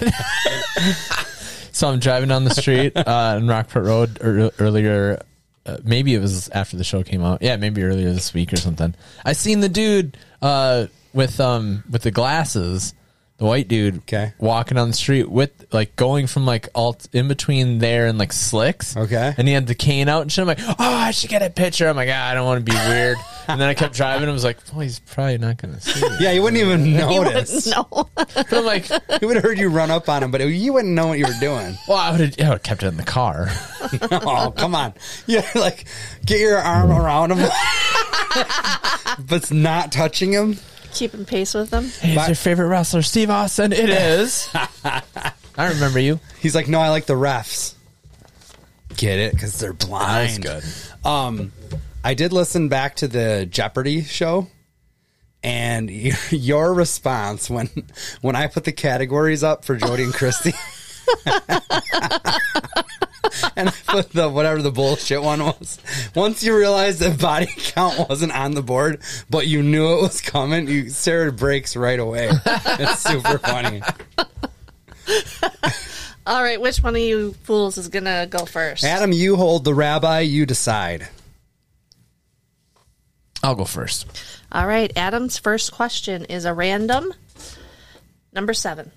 Speaker 2: so I'm driving down the street uh, in Rockport Road ear earlier. Uh, maybe it was after the show came out. Yeah, maybe earlier this week or something. I seen the dude uh, with um with the glasses, the white dude,
Speaker 1: Okay.
Speaker 2: walking on the street with like going from like alt in between there and like slicks.
Speaker 1: Okay.
Speaker 2: and he had the cane out and shit. I'm like, oh, I should get a picture. I'm like, ah, I don't want to be weird. and then I kept driving. and I was like, well, he's probably not gonna see me.
Speaker 1: yeah, you wouldn't even
Speaker 3: you wouldn't
Speaker 1: notice.
Speaker 3: know.
Speaker 2: But I'm like,
Speaker 1: He would have heard you run up on him, but you wouldn't know what you were doing.
Speaker 2: well, I would have I would've kept it in the car.
Speaker 1: oh, come on! Yeah, like get your arm around him, but it's not touching him.
Speaker 3: Keeping pace with them.
Speaker 2: Hey,
Speaker 1: Bye.
Speaker 2: is your favorite wrestler Steve Austin? It is. I remember you.
Speaker 1: He's like, no, I like the refs. Get it? Because they're blind. Um, I did listen back to the Jeopardy show, and y- your response when when I put the categories up for Jody and Christy, and I put the whatever the bullshit one was. Once you realized that body count wasn't on the board, but you knew it was coming, you Sarah breaks right away. It's super funny.
Speaker 3: All right, which one of you fools is gonna go first?
Speaker 1: Adam, you hold the rabbi. You decide.
Speaker 2: I'll go first.
Speaker 3: All right, Adam's first question is a random number seven.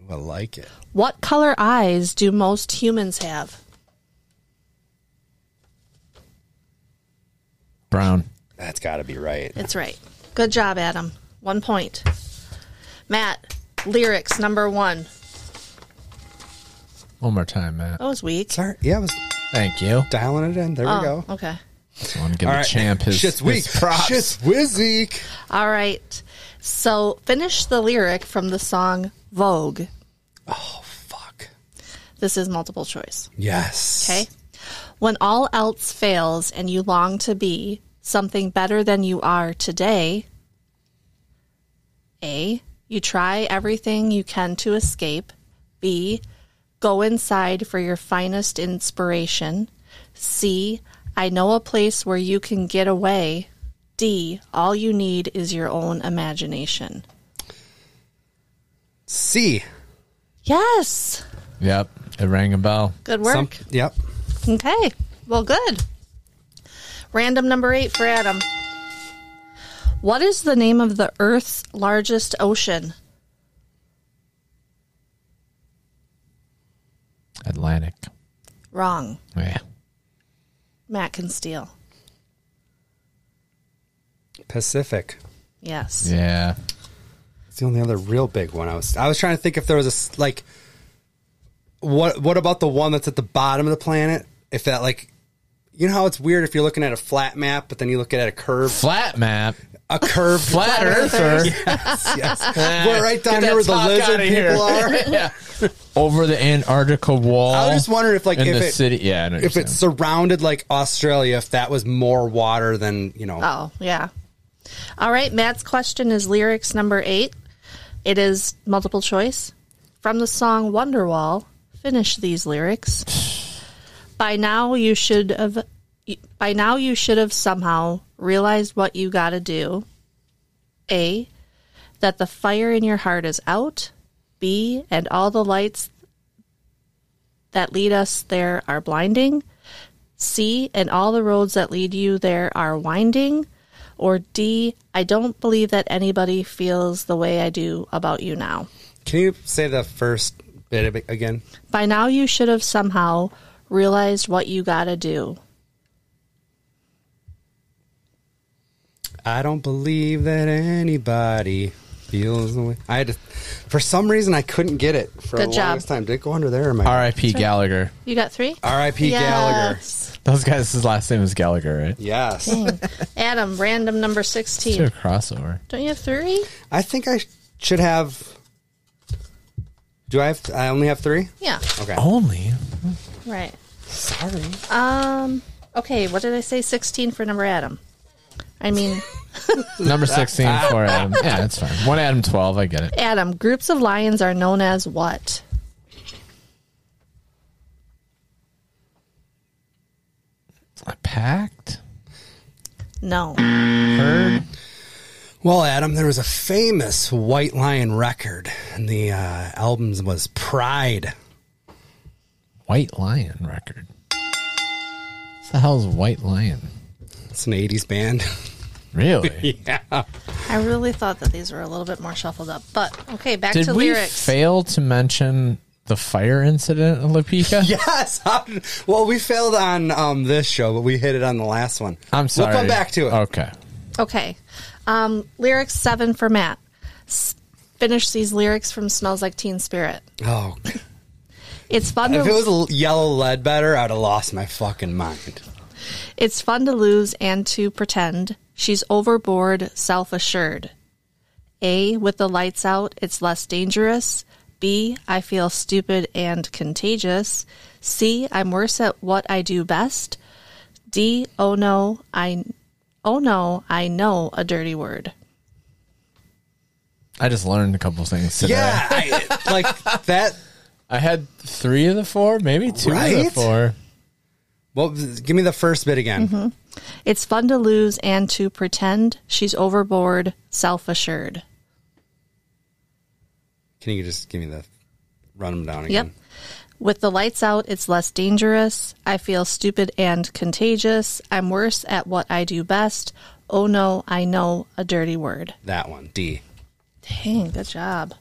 Speaker 1: Ooh, I like it.
Speaker 3: What color eyes do most humans have?
Speaker 2: Brown.
Speaker 1: That's got to be right.
Speaker 3: That's right. Good job, Adam. One point. Matt, lyrics number one.
Speaker 2: One more time, Matt.
Speaker 3: That was weak.
Speaker 1: Sorry. Yeah, I was
Speaker 2: Thank you.
Speaker 1: dialing it in. There we go.
Speaker 3: Oh, Okay.
Speaker 2: Just want to give
Speaker 1: All
Speaker 2: the
Speaker 1: right.
Speaker 2: champ his,
Speaker 1: Shit's weak.
Speaker 2: his props.
Speaker 1: Shit's whizzy.
Speaker 3: All right. So finish the lyric from the song Vogue.
Speaker 1: Oh, Fuck.
Speaker 3: This is multiple choice.
Speaker 1: Yes.
Speaker 3: Okay. When all else fails and you long to be something better than you are today, A, you try everything you can to escape. B, go inside for your finest inspiration. C, I know a place where you can get away. D, all you need is your own imagination.
Speaker 1: C.
Speaker 3: Yes.
Speaker 2: Yep. It rang a bell.
Speaker 3: Good work.
Speaker 1: Some- yep.
Speaker 3: Okay. Well, good. Random number eight for Adam. What is the name of the Earth's largest ocean?
Speaker 2: Atlantic.
Speaker 3: Wrong.
Speaker 2: Yeah.
Speaker 3: Matt can steal.
Speaker 1: Pacific.
Speaker 3: Yes.
Speaker 2: Yeah.
Speaker 1: It's the only other real big one. I was I was trying to think if there was a s- like what what about the one that's at the bottom of the planet? If that like you know how it's weird if you're looking at a flat map, but then you look at a curved
Speaker 2: Flat map.
Speaker 1: a curved
Speaker 2: Flat earther.
Speaker 1: Yes, yes. We're right down
Speaker 2: Get
Speaker 1: here where
Speaker 2: that
Speaker 1: the
Speaker 2: talk
Speaker 1: lizard
Speaker 2: outta
Speaker 1: people
Speaker 2: here.
Speaker 1: are.
Speaker 2: yeah. Over the Antarctica wall.
Speaker 1: I was just wondering if like
Speaker 2: in
Speaker 1: if
Speaker 2: the
Speaker 1: it,
Speaker 2: city. Yeah. I know what
Speaker 1: if
Speaker 2: you're
Speaker 1: it
Speaker 2: saying.
Speaker 1: surrounded like Australia, if that was more water than you know.
Speaker 3: Oh, yeah. All right. Matt's question is lyrics number eight. It is multiple choice. From the song Wonderwall, finish these lyrics. By now you should have by now you should have somehow realized what you got to do. A that the fire in your heart is out. B and all the lights that lead us there are blinding. C, and all the roads that lead you there are winding, or D, I don't believe that anybody feels the way I do about you now.
Speaker 1: Can you say the first bit of it again?
Speaker 3: By now, you should have somehow realized what you gotta do.
Speaker 1: I don't believe that anybody feels the way. I had to, for some reason I couldn't get it for the
Speaker 3: Good job.
Speaker 1: longest time. Did it go under there? Or am I?
Speaker 2: R.I.P. Gallagher.
Speaker 3: You got three?
Speaker 1: R.I.P. Gallagher.
Speaker 3: Yes.
Speaker 2: Those guys, his last name is Gallagher, right?
Speaker 1: Yes.
Speaker 3: Adam, random number
Speaker 2: Let's do
Speaker 3: 16.
Speaker 2: a crossover.
Speaker 3: Don't you have three?
Speaker 1: I think I should have. Do I have? I only have three.
Speaker 3: Yeah,
Speaker 1: Okay.
Speaker 2: Only.
Speaker 3: right.
Speaker 1: Sorry.
Speaker 3: Um, okay, what did I say? 16 for number Adam. I mean,
Speaker 2: Number 16 for Adam. Yeah, that's fine. One Adam 12. I get it.
Speaker 3: Adam, groups of lions are known as what?
Speaker 2: Packed?
Speaker 3: No.
Speaker 2: Heard?
Speaker 1: Well, Adam, there was a famous White Lion record, and the uh, album was Pride.
Speaker 2: White Lion record. What the hell's White Lion?
Speaker 1: It's an '80s band.
Speaker 2: Really?
Speaker 1: yeah.
Speaker 3: I really thought that these were a little bit more shuffled up, but okay, back
Speaker 2: Did
Speaker 3: to
Speaker 2: we
Speaker 3: lyrics.
Speaker 2: fail to mention the fire incident in Topeka?
Speaker 1: Yes. How did- well, we failed on um, this show, but we hit it on the last one.
Speaker 2: I'm sorry. Oh.
Speaker 1: We'll come back to it.
Speaker 2: Okay.
Speaker 3: okay, um, lyrics seven for Matt. S- finish these lyrics from "Smells Like Teen Spirit."
Speaker 1: Oh,
Speaker 3: It's fun.
Speaker 1: if it
Speaker 3: To,
Speaker 1: was l- yellow lead better, I'd have lost my fucking mind.
Speaker 3: it's fun to lose and to pretend. She's overboard, self-assured. A. With the lights out, it's less dangerous. B. I feel stupid and contagious. C. I'm worse at what I do best. D. Oh no, I. Oh no, I know a dirty word.
Speaker 2: I just learned a couple things today.
Speaker 1: Yeah, I, like that.
Speaker 2: I had three of the four, maybe two of the
Speaker 1: Right?
Speaker 2: four.
Speaker 1: Well, give me the first bit again.
Speaker 3: It's fun to lose and to pretend she's overboard, self assured.
Speaker 1: Can you just give me the run them down
Speaker 3: Yep.
Speaker 1: again?
Speaker 3: With the lights out, it's less dangerous. I feel stupid and contagious. I'm worse at what I do best. Oh no, I know a dirty word.
Speaker 1: That one, D.
Speaker 3: Dang, good job.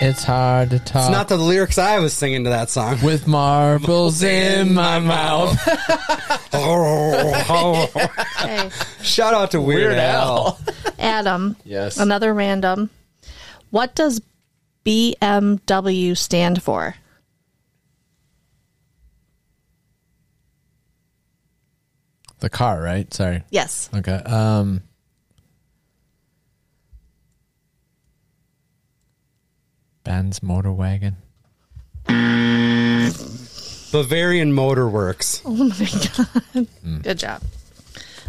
Speaker 2: It's hard to talk
Speaker 1: It's not the lyrics I was singing to that song.
Speaker 2: with marbles in my mouth.
Speaker 3: Okay.
Speaker 1: Shout out to Weird, Al.
Speaker 3: Adam.
Speaker 2: Yes.
Speaker 3: Another random. What does BMW stand for?
Speaker 2: The car, right? Sorry.
Speaker 3: Yes.
Speaker 2: Okay. Um Ben's motor wagon.
Speaker 1: Bavarian Motor Works.
Speaker 3: Oh my god. Good job.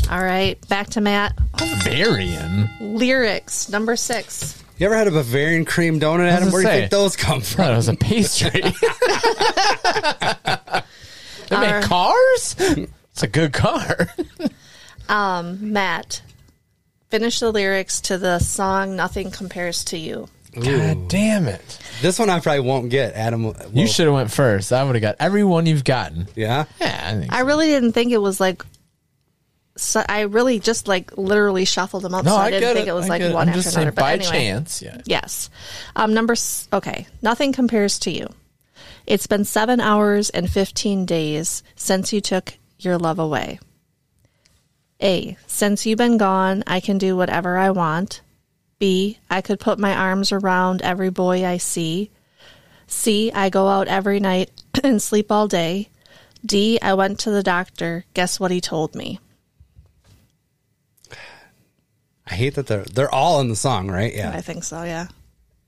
Speaker 3: All right, back to Matt.
Speaker 2: Bavarian.
Speaker 3: Lyrics number six.
Speaker 1: You ever had a Bavarian cream donut, Adam?
Speaker 2: gonna
Speaker 1: Where do you
Speaker 2: say.
Speaker 1: think those come from?
Speaker 2: Thought it was a pastry. they
Speaker 3: Our- Uh,
Speaker 2: make cars. It's a good car.
Speaker 3: Matt, finish the lyrics to the song "Nothing Compares to You."
Speaker 2: God damn it!
Speaker 1: This one I probably won't get, Adam. will-
Speaker 2: You should have went first. I would have got every one you've gotten.
Speaker 1: Yeah.
Speaker 2: Yeah, I think.
Speaker 3: I really didn't think it was like. So I really just like literally shuffled them up,
Speaker 2: no,
Speaker 3: so
Speaker 2: I,
Speaker 3: I, didn't
Speaker 2: get
Speaker 3: think
Speaker 2: it.
Speaker 3: it, was
Speaker 2: I
Speaker 3: like
Speaker 2: get it.
Speaker 3: one
Speaker 2: I'm
Speaker 3: after
Speaker 2: just saying,
Speaker 3: another. But
Speaker 2: by
Speaker 3: anyway,
Speaker 2: chance, yeah.
Speaker 3: yes. Um, number s- okay. Nothing compares to you. It's been seven hours and fifteen days since you took your love away. A. Since you've been gone, I can do whatever I want. B. I could put my arms around every boy I see. C. I go out every night and sleep all day. D. I went to the doctor. Guess what he told me?
Speaker 1: I hate that they're they're all in the song, right?
Speaker 3: I
Speaker 1: Yeah.
Speaker 3: think so, yeah.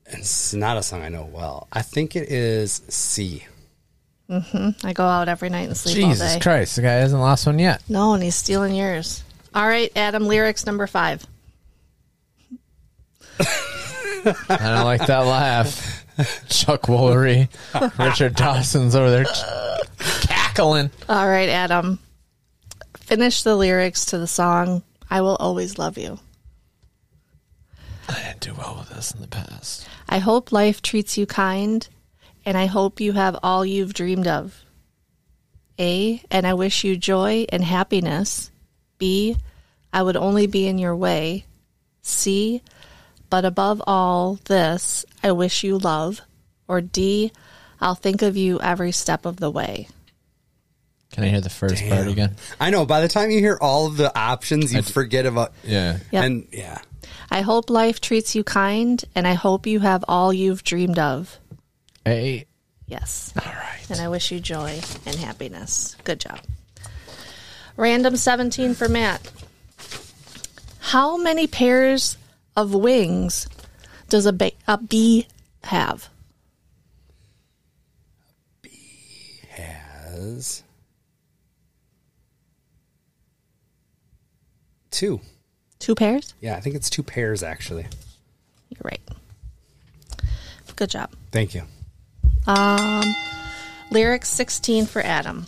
Speaker 1: It's not a song I know well. I think it is C.
Speaker 3: I go out every night and sleep all day.
Speaker 2: Jesus Christ, the guy hasn't lost one yet.
Speaker 3: No, and he's stealing yours. All right, Adam, lyrics number five.
Speaker 2: I don't like that laugh. Chuck Woolery, Richard Dawson's over there ch- cackling.
Speaker 3: All right, Adam, finish the lyrics to the song I Will Always Love You.
Speaker 2: I didn't do well with this in the past.
Speaker 3: I hope life treats you kind, and I hope you have all you've dreamed of. A, and I wish you joy and happiness. B, I would only be in your way. C, but above all this, I wish you love. Or D, I'll think of you every step of the way.
Speaker 2: Can I hear the first part again?
Speaker 1: I know. By the time you hear all of the options, you forget about.
Speaker 2: Yeah.
Speaker 3: Yep.
Speaker 1: And yeah,
Speaker 3: I hope life treats you kind, and I hope you have all you've dreamed of.
Speaker 2: Hey,
Speaker 3: Yes.
Speaker 2: all right.
Speaker 3: And I wish you joy and happiness. Good job. Random 17 for Matt. How many pairs of wings does a, ba- a bee have?
Speaker 1: has two.
Speaker 3: Two pairs?
Speaker 1: Yeah, I think it's two pairs actually.
Speaker 3: You're right. Good job.
Speaker 1: Thank you.
Speaker 3: Lyric 16 for Adam.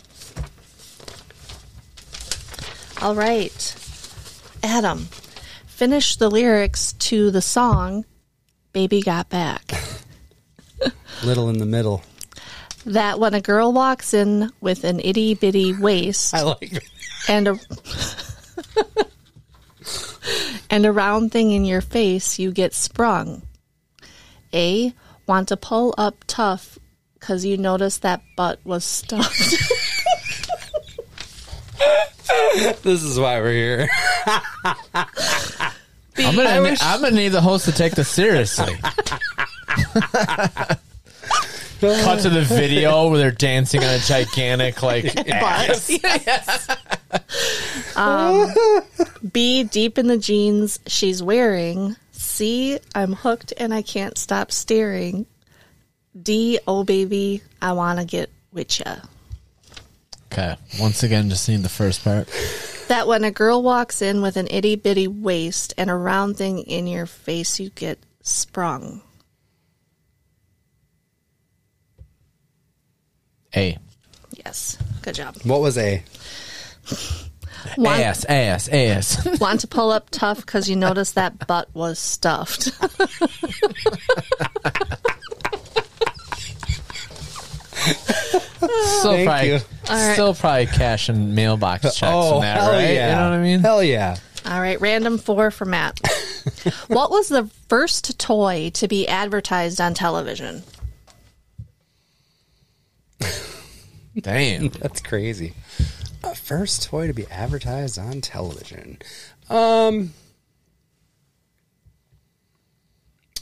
Speaker 3: All right. Adam, finish the lyrics to the song Baby Got Back.
Speaker 1: Little in the middle.
Speaker 3: that when a girl walks in with an itty bitty waist
Speaker 1: I like. it.
Speaker 3: and a and a round thing in your face, you get sprung. A want to pull up tough because you noticed that butt was stuffed.
Speaker 1: This is why we're here.
Speaker 2: I'm gonna, ne- I'm gonna need the host to take this seriously. Cut to the video where they're dancing on a gigantic like
Speaker 3: butt. um, B deep in the jeans she's wearing. C I'm hooked and I can't stop staring. D oh baby I wanna get with ya.
Speaker 2: Okay. Once again, just need the first part.
Speaker 3: That when a girl walks in with an itty bitty waist and a round thing in your face, you get sprung.
Speaker 2: A.
Speaker 3: Yes, good job.
Speaker 1: What was A?
Speaker 3: Want,
Speaker 2: Ass, ass, ass.
Speaker 3: want to pull up tough because you noticed that butt was stuffed.
Speaker 2: Still
Speaker 1: Thank
Speaker 2: probably
Speaker 1: you. Oh,
Speaker 3: All right.
Speaker 2: still probably cashing mailbox checks on that, right?
Speaker 1: yeah!
Speaker 2: You know what I mean?
Speaker 1: Hell yeah!
Speaker 3: All right, random four for Matt. what was the first toy to be advertised on television?
Speaker 2: Damn.
Speaker 1: That's crazy. Uh, first toy to be advertised on television. Um,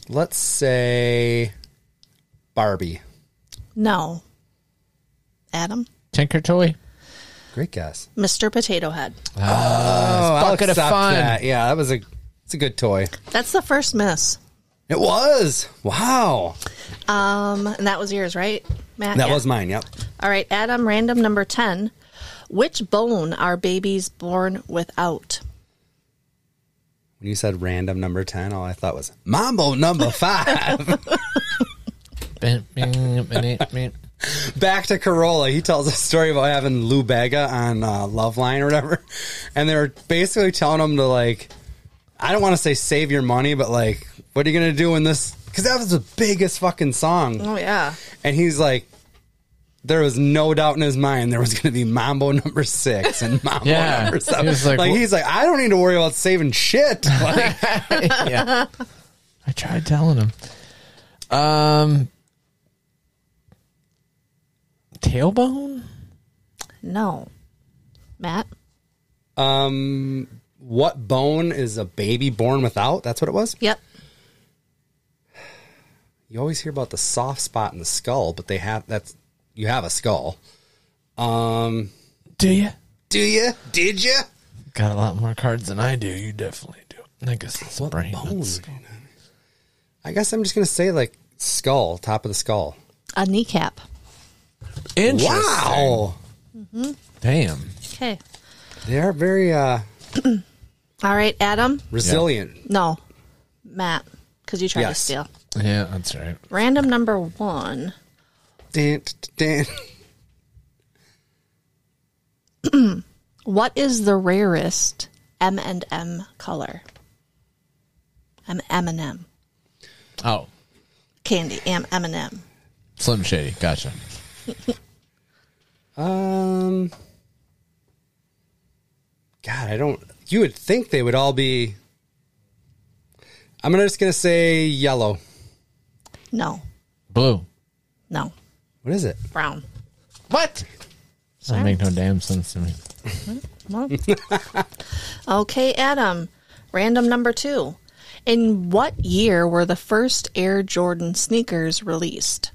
Speaker 1: let's say Barbie.
Speaker 3: No. Adam?
Speaker 2: Tinker Toy.
Speaker 1: Great guess.
Speaker 3: Mr. Potato Head.
Speaker 1: Oh, I'll
Speaker 2: bucket of
Speaker 1: accept
Speaker 2: fun.
Speaker 1: that. Yeah, that was a. It's a good toy.
Speaker 3: That's the first miss.
Speaker 1: It was. Wow.
Speaker 3: Um, and that was yours, right, Matt?
Speaker 1: That
Speaker 3: Yeah.
Speaker 1: was mine. Yep.
Speaker 3: All right, Adam, random number 10. Which bone are babies born without?
Speaker 1: When you said random number 10, all I thought was Mambo number five. Back to Corolla. He tells a story about having Lou Bega on uh, Loveline or whatever. And they were basically telling him to, like, I don't want to say save your money, but, like, what are you going to do when this? Because that was the biggest fucking song.
Speaker 3: Oh, yeah.
Speaker 1: And he's like, there was no doubt in his mind there was going to be Mambo number six and Mambo
Speaker 2: Yeah.
Speaker 1: number seven.
Speaker 2: He was like,
Speaker 1: like,
Speaker 2: "Wha-
Speaker 1: he's like, I don't need to worry about saving shit. Like,
Speaker 2: yeah. I tried telling him. Um, tailbone?
Speaker 3: No. Matt?
Speaker 1: um, what bone is a baby born without? That's what it was.
Speaker 3: Yep.
Speaker 1: You always hear about the soft spot in the skull, but they have that's you have a skull. Um,
Speaker 2: Do you?
Speaker 1: do you? Did you?
Speaker 2: Got a lot more cards than I do. You definitely do. I guess it's
Speaker 1: What
Speaker 2: brain.
Speaker 1: bone? I guess I'm just gonna say like skull, top of the skull.
Speaker 3: A kneecap.
Speaker 2: Interesting.
Speaker 1: Wow,
Speaker 2: Damn.
Speaker 3: Okay.
Speaker 1: they are very uh,
Speaker 3: All right, Adam?
Speaker 1: resilient.
Speaker 3: No. Matt, because you tried
Speaker 1: Yes.
Speaker 3: to steal.
Speaker 2: Yeah, that's right.
Speaker 3: Random number one.
Speaker 1: Dan, dan.
Speaker 3: What is the rarest M and M color? M M and M
Speaker 2: Oh,
Speaker 3: candy. M M and M.
Speaker 2: Slim Shady. Gotcha.
Speaker 1: Um, God, I don't. You would think they would all be. I'm gonna- just gonna say yellow.
Speaker 3: No,
Speaker 2: Blue.
Speaker 3: no,
Speaker 1: What is it?
Speaker 3: brown.
Speaker 2: What? Doesn't make no damn sense to me.
Speaker 3: Well. okay, Adam. Random number two. In what year were the first Air Jordan sneakers released?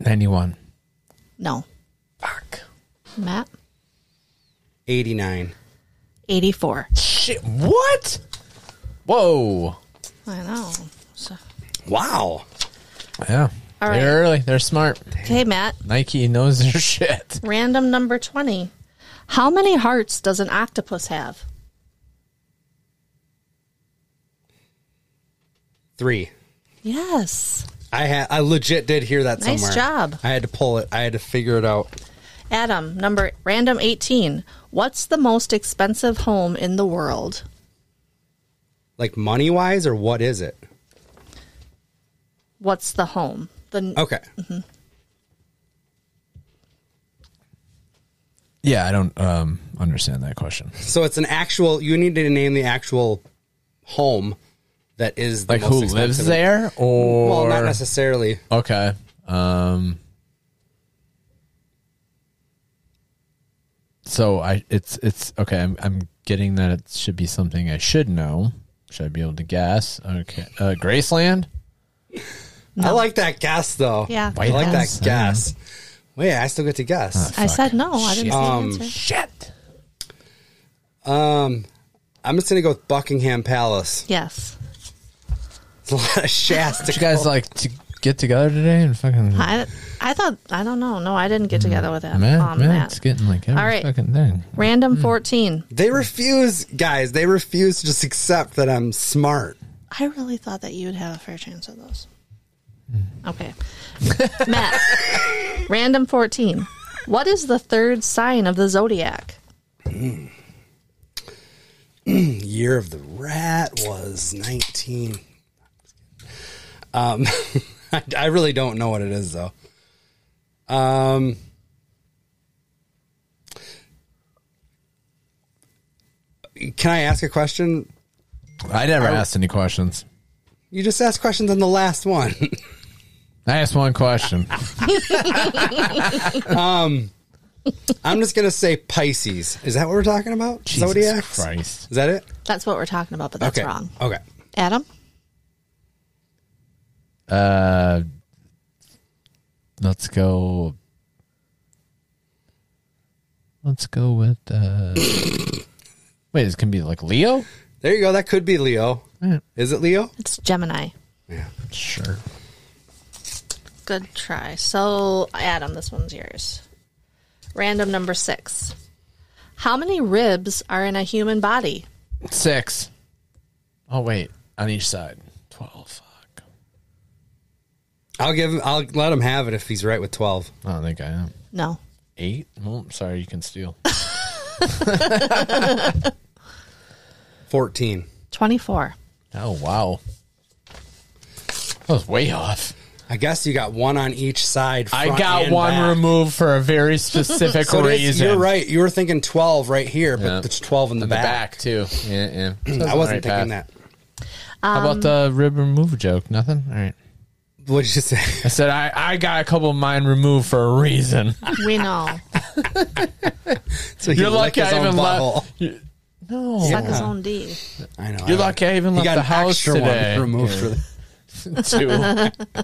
Speaker 2: Ninety-one.
Speaker 3: No,
Speaker 2: Fuck.
Speaker 3: Matt.
Speaker 1: 89.
Speaker 3: Eighty-four.
Speaker 2: Shit. What? Whoa.
Speaker 3: I know. So,
Speaker 1: Wow.
Speaker 2: Yeah.
Speaker 3: All right.
Speaker 2: They're early. They're smart.
Speaker 3: okay, Matt.
Speaker 2: Nike knows their shit.
Speaker 3: Random number twenty. How many hearts does an octopus have?
Speaker 1: Three.
Speaker 3: Yes.
Speaker 1: I had. I legit did hear that
Speaker 3: Nice
Speaker 1: somewhere.
Speaker 3: job.
Speaker 1: I had to pull it. I had to figure it out.
Speaker 3: Adam, number random 18. What's the most expensive home in the world?
Speaker 1: Like money wise, or what is it?
Speaker 3: What's the home? The
Speaker 2: Oh,
Speaker 1: Okay.
Speaker 3: Mm-hmm.
Speaker 2: Yeah, I don't um, understand that question.
Speaker 1: So it's an actual. You need to name the actual home that is the
Speaker 2: Like
Speaker 1: most
Speaker 2: who
Speaker 1: expensive.
Speaker 2: lives there, or
Speaker 1: Well, not necessarily.
Speaker 2: okay. Um, so I, it's it's okay. I'm, I'm getting that it should be something I should know. Should I be able to guess? Okay, uh, Graceland.
Speaker 1: I like that guess though.
Speaker 3: Yeah,
Speaker 1: I
Speaker 3: good
Speaker 1: like
Speaker 2: guess.
Speaker 1: that guess. Wait, I still get to guess.
Speaker 3: I said no. I didn't say
Speaker 1: Um,
Speaker 3: answer.
Speaker 2: Shit.
Speaker 1: I'm just gonna go with Buckingham Palace.
Speaker 3: Yes.
Speaker 1: It's a lot of Shasta.
Speaker 2: Did you guys like to get together today and fucking
Speaker 3: I I thought I don't know. No, I didn't get together with him
Speaker 2: Mm, man,
Speaker 3: on
Speaker 2: man,
Speaker 3: that.
Speaker 2: it's getting Mm. like every
Speaker 3: All right.
Speaker 2: fucking thing.
Speaker 3: Random 14.
Speaker 1: they refuse, guys. They refuse to just accept that I'm smart.
Speaker 3: I really thought that you would have a fair chance at those.
Speaker 2: Mm.
Speaker 3: Okay. Matt. Random 14. What is the third sign of the zodiac?
Speaker 1: Year of the Rat was 19. Um, I, I really don't know what it is though. Um, can I ask a question?
Speaker 2: I never asked any questions.
Speaker 1: You just asked questions on the last one.
Speaker 2: I asked one question.
Speaker 1: I'm just gonna say Pisces. Is that what we're talking about?
Speaker 2: Jesus
Speaker 1: Zodiac.
Speaker 2: Christ.
Speaker 1: Is that it?
Speaker 3: That's what we're talking about, but that's
Speaker 1: okay.
Speaker 3: wrong.
Speaker 1: Okay.
Speaker 3: Adam?
Speaker 2: Uh, let's go. Let's go with. Uh, wait, this can be like Leo.
Speaker 1: There you go. That could be Leo. Is it Leo?
Speaker 3: It's Gemini.
Speaker 1: Yeah.
Speaker 2: Sure.
Speaker 3: Good try. So, Adam, this one's yours. Random number six. How many ribs are in a human body?
Speaker 2: Six. Oh wait, on each side. Twelve. Fuck.
Speaker 1: I'll give. I'll let him have it if he's right with twelve.
Speaker 2: Oh, I don't think I am.
Speaker 3: No.
Speaker 2: Eight. Oh, sorry, you can steal.
Speaker 1: 14.
Speaker 3: 24.
Speaker 2: oh wow. That was way off.
Speaker 1: I guess you got one on each side.
Speaker 2: I
Speaker 1: front
Speaker 2: got
Speaker 1: and
Speaker 2: one
Speaker 1: back.
Speaker 2: removed for a very specific
Speaker 1: So it is-
Speaker 2: reason.
Speaker 1: you're right. You were thinking twelve right here, but
Speaker 2: Yeah.
Speaker 1: it's twelve in the,
Speaker 2: In the
Speaker 1: back.
Speaker 2: back too. Yeah, yeah.
Speaker 1: I wasn't thinking
Speaker 2: How about the rib remove joke? Nothing. All right.
Speaker 1: that. What did you say?
Speaker 2: I said I, I got a couple of mine removed for a reason.
Speaker 3: We know.
Speaker 1: So he
Speaker 2: You're
Speaker 1: licked
Speaker 2: lucky
Speaker 1: his
Speaker 2: I
Speaker 1: own
Speaker 2: even
Speaker 1: butthole.
Speaker 2: left. you- No,
Speaker 3: Suck his own D.
Speaker 1: I know.
Speaker 2: you're
Speaker 1: I-
Speaker 2: lucky I even
Speaker 1: He
Speaker 2: left
Speaker 1: got
Speaker 2: the
Speaker 1: an
Speaker 2: house
Speaker 1: extra
Speaker 2: today.
Speaker 1: one removed for the,
Speaker 2: Two.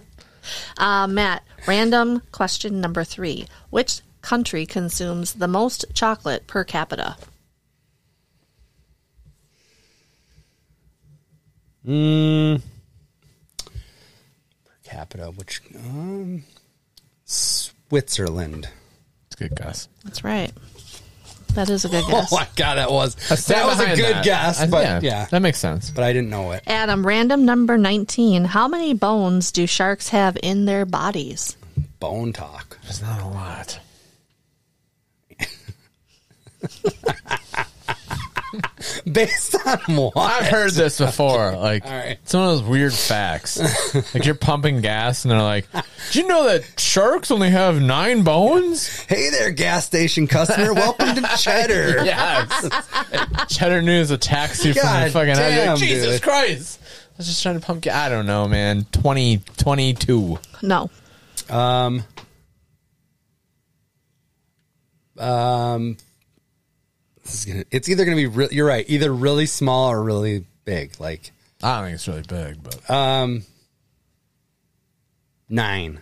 Speaker 3: Uh, Matt, random question number three. Which country consumes the most chocolate per capita?
Speaker 1: per capita, which um, Switzerland.
Speaker 2: It's good guess.
Speaker 3: That's right. That is a good guess.
Speaker 1: Oh my god, that was that was a good guess, but yeah.
Speaker 2: that makes sense.
Speaker 1: but I didn't know it.
Speaker 3: Adam, random number 19. How many bones do sharks have in their bodies?
Speaker 1: Bone talk.
Speaker 2: It's not a lot.
Speaker 1: Based on what?
Speaker 2: I've heard this before. Like
Speaker 1: right.
Speaker 2: it's one of those weird facts. like you're pumping gas, and they're like, "Do you know that sharks only have nine bones?"
Speaker 1: Hey there, gas station customer. Welcome to Cheddar.
Speaker 2: Yeah. Cheddar News attacks you from the
Speaker 1: God
Speaker 2: fucking
Speaker 1: damn,
Speaker 2: Like, Jesus
Speaker 1: dude.
Speaker 2: Christ! I was just trying to pump. Ga- I don't know, man. Twenty twenty two.
Speaker 3: No.
Speaker 1: Um, um, this is gonna, it's either going to be, re- you're right, either really small or really big, like
Speaker 2: I don't think it's really big, but
Speaker 1: Uh, nine.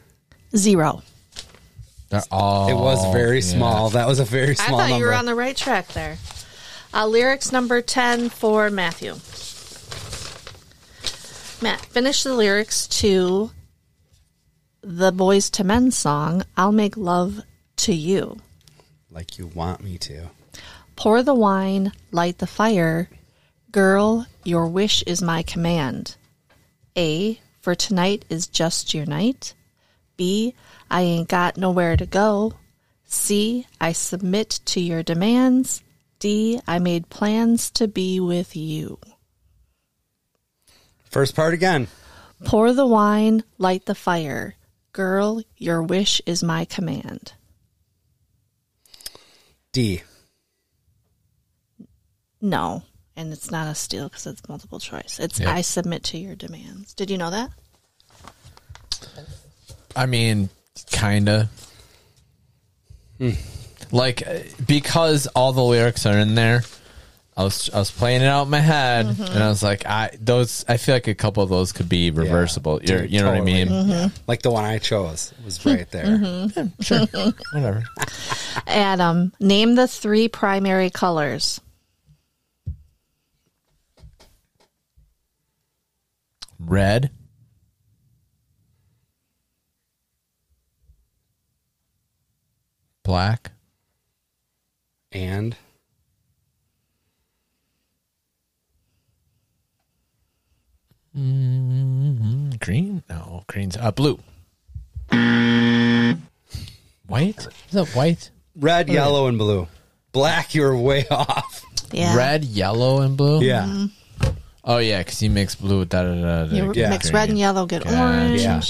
Speaker 3: Zero.
Speaker 2: they're all.
Speaker 1: It was very
Speaker 2: Oh, yeah.
Speaker 1: small. That was a very
Speaker 3: I
Speaker 1: small
Speaker 3: thought you
Speaker 1: number.
Speaker 3: were on the right track there. Uh, lyrics number 10 for Matthew. Matt, finish the lyrics to the Boys to Men song, I'll Make Love to You.
Speaker 1: like you want me to.
Speaker 3: Pour the wine, light the fire. Girl, your wish is my command. A, for tonight is just your night. B, I ain't got nowhere to go. C, I submit to your demands. D, I made plans to be with you.
Speaker 1: First part again.
Speaker 3: Pour the wine, light the fire. Girl, your wish is my command.
Speaker 1: D.
Speaker 3: No. And it's not a steal because it's multiple choice. It's
Speaker 2: Yep.
Speaker 3: I submit to your demands. Did you know that?
Speaker 2: I mean, kinda.
Speaker 1: Hmm.
Speaker 2: Like uh, because all the lyrics are in there. I was I was playing it out in my head,
Speaker 1: Mm-hmm.
Speaker 2: and I was like, I those I feel like a couple of those could be reversible. You're,
Speaker 1: Dude,
Speaker 2: you know
Speaker 1: totally.
Speaker 2: what I mean?
Speaker 1: Like the one I chose was right there. Mm-hmm.
Speaker 2: Whatever.
Speaker 3: Adam, name the three primary colors.
Speaker 2: Red, black,
Speaker 1: And
Speaker 2: green. No, green's uh, blue. White? Is that white?
Speaker 1: red, yellow, and blue. Black, you were way off.
Speaker 3: Yeah.
Speaker 2: Red, yellow, and blue.
Speaker 1: Yeah.
Speaker 2: Oh yeah, because you mix blue with da da da. da
Speaker 3: You
Speaker 1: Yeah.
Speaker 3: mix red and yellow, get
Speaker 2: Gotcha.
Speaker 3: orange.
Speaker 1: Yeah.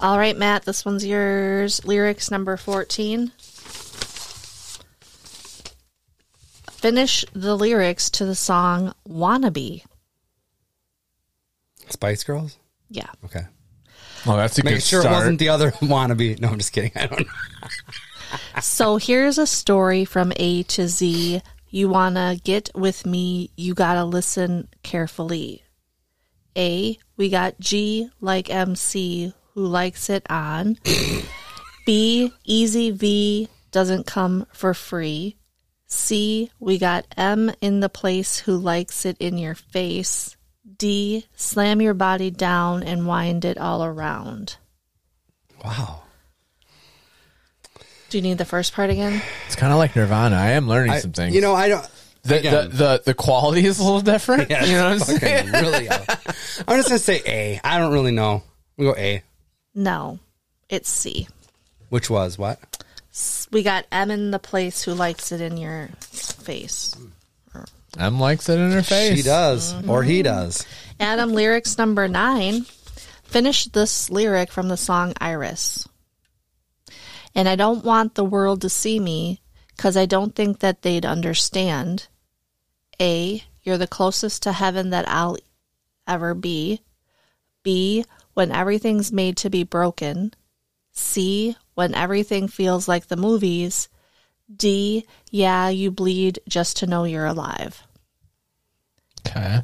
Speaker 3: All right, Matt, this one's yours. Lyrics number 14. Finish the lyrics to the song Wannabe.
Speaker 1: Spice Girls?
Speaker 3: Yeah.
Speaker 1: Okay.
Speaker 2: Oh, that's a
Speaker 1: Make
Speaker 2: good
Speaker 1: sure
Speaker 2: start.
Speaker 1: it wasn't the other wannabe. No, I'm just kidding. I don't know.
Speaker 3: So here's a story from A to Z. You wanna get with me, you gotta listen carefully. A, we got G like MC, who likes it on. B, Easy V doesn't come for free. C, we got M in the place who likes it in your face. D, slam your body down and wind it all around.
Speaker 1: Wow.
Speaker 3: Do you need the first part again?
Speaker 2: It's kind of like Nirvana. I am learning
Speaker 1: I-
Speaker 2: some things.
Speaker 1: You know, I don't.
Speaker 2: the, the,
Speaker 1: again.
Speaker 2: the the quality is a little different.
Speaker 1: Yeah,
Speaker 2: you know what I'm
Speaker 1: it's fucking
Speaker 2: saying?
Speaker 1: really out. I'm just gonna say A. I don't really know. We go A,
Speaker 3: No, it's C.
Speaker 1: which was what?
Speaker 3: S- We got M in the place who likes it in your face.
Speaker 2: M likes it in her face.
Speaker 1: She does, or
Speaker 2: Mm-hmm.
Speaker 1: he does.
Speaker 3: Adam, lyrics number nine. Finish this lyric from the song Iris. And I don't want the world to see me because I don't think that they'd understand. A, you're the closest to heaven that I'll ever be. B, when everything's made to be broken. C, when everything feels like the movies. D, yeah, you bleed just to know you're alive
Speaker 2: Okay.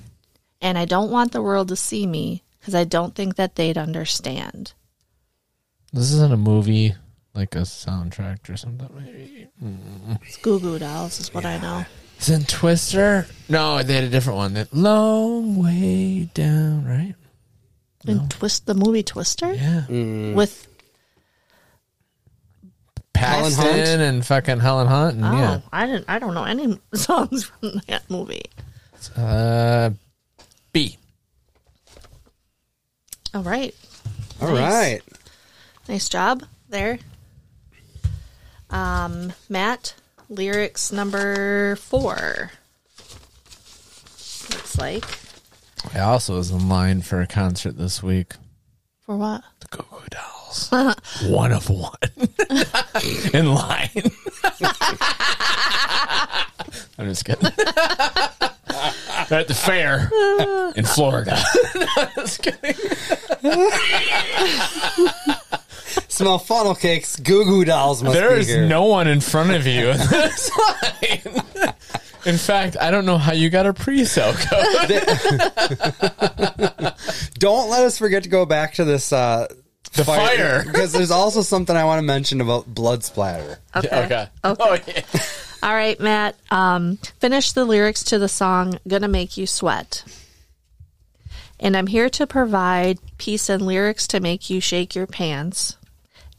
Speaker 3: and I don't want the world to see me because I don't think that they'd understand.
Speaker 2: This isn't a movie, like a soundtrack or something. Maybe.
Speaker 3: It's Goo Goo Dolls is what I know.
Speaker 2: It's in Twister. No, they had a different one. That long way down, right?
Speaker 3: And twist the movie Twister
Speaker 2: Yeah. Mm.
Speaker 3: with
Speaker 1: Helen Hunt?
Speaker 2: Paxton and fucking Helen Hunt. And,
Speaker 3: oh
Speaker 2: yeah.
Speaker 3: I didn't I don't know any songs from that movie.
Speaker 2: Uh, B.
Speaker 3: All right,
Speaker 1: All right.
Speaker 3: Nice. nice job there. Um, Matt, lyrics number four. Looks like
Speaker 2: I also was in line for a concert this week.
Speaker 3: for what?
Speaker 2: The Goo Goo Dolls. one of one. in line. I'm just kidding. They're at the fair in Florida.
Speaker 1: Smell funnel cakes. Goo Goo Dolls must
Speaker 2: There
Speaker 1: be
Speaker 2: is
Speaker 1: here.
Speaker 2: no one in front of you in this line. In fact, I don't know how you got a pre-sale code.
Speaker 1: Don't let us forget to go back to this. Uh,
Speaker 2: The fire.
Speaker 1: because there's also something I want to mention about blood splatter.
Speaker 2: Okay. Oh, yeah.
Speaker 3: All right, Matt. Um, finish the lyrics to the song "Gonna Make You Sweat," and I'm here to provide peace and lyrics to make you shake your pants.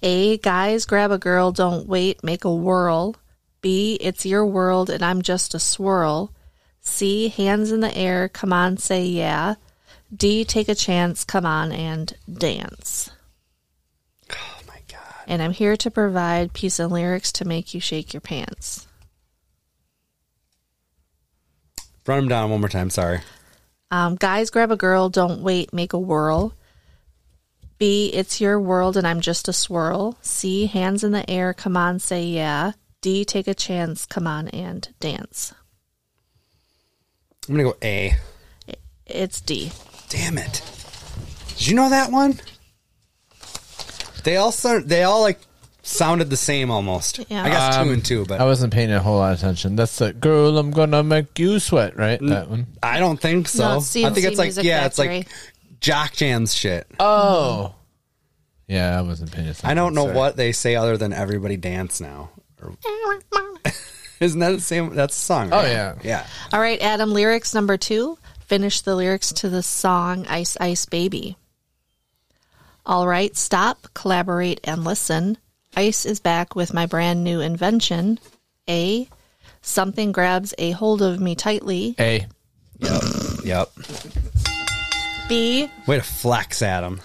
Speaker 3: A guys grab a girl, don't wait, make a whirl. B it's your world and I'm just a swirl. C hands in the air, come on, say yeah. D take a chance, come on and dance.
Speaker 1: Oh my god.
Speaker 3: And I'm here to provide peace and lyrics to make you shake your pants.
Speaker 1: Run them down one more time. Sorry.
Speaker 3: Um, guys, grab a girl, don't wait, make a whirl. B, it's your world and I'm just a swirl. C, hands in the air, come on, say yeah. D, take a chance, come on and dance.
Speaker 1: I'm gonna go A.
Speaker 3: It's D.
Speaker 1: Damn it. Did you know that one? They all sound, they all like sounded the same almost.
Speaker 3: Yeah.
Speaker 1: I guess
Speaker 2: Um,
Speaker 1: two and two, but
Speaker 2: I wasn't paying a whole lot of attention. That's the girl. I'm gonna make you sweat, right? That one.
Speaker 1: I don't think so.
Speaker 3: No, it's
Speaker 1: I think
Speaker 3: CNC
Speaker 1: it's like
Speaker 3: Music
Speaker 1: yeah, it's
Speaker 3: Factory.
Speaker 1: like jock jams shit.
Speaker 2: Oh. Yeah, I wasn't paying attention.
Speaker 1: I don't know
Speaker 2: Sorry.
Speaker 1: what they say other than everybody dance now. Or- Isn't that the same? That's a song.
Speaker 2: Oh,
Speaker 1: right?
Speaker 2: yeah.
Speaker 1: yeah.
Speaker 3: All right, Adam, lyrics number two. Finish the lyrics to the song Ice Ice Baby. All right, stop, collaborate, and listen. Ice is back with my brand new invention. A. Something grabs a hold of me tightly.
Speaker 2: A.
Speaker 1: Yep.
Speaker 3: B.
Speaker 1: Way to flex, Adam.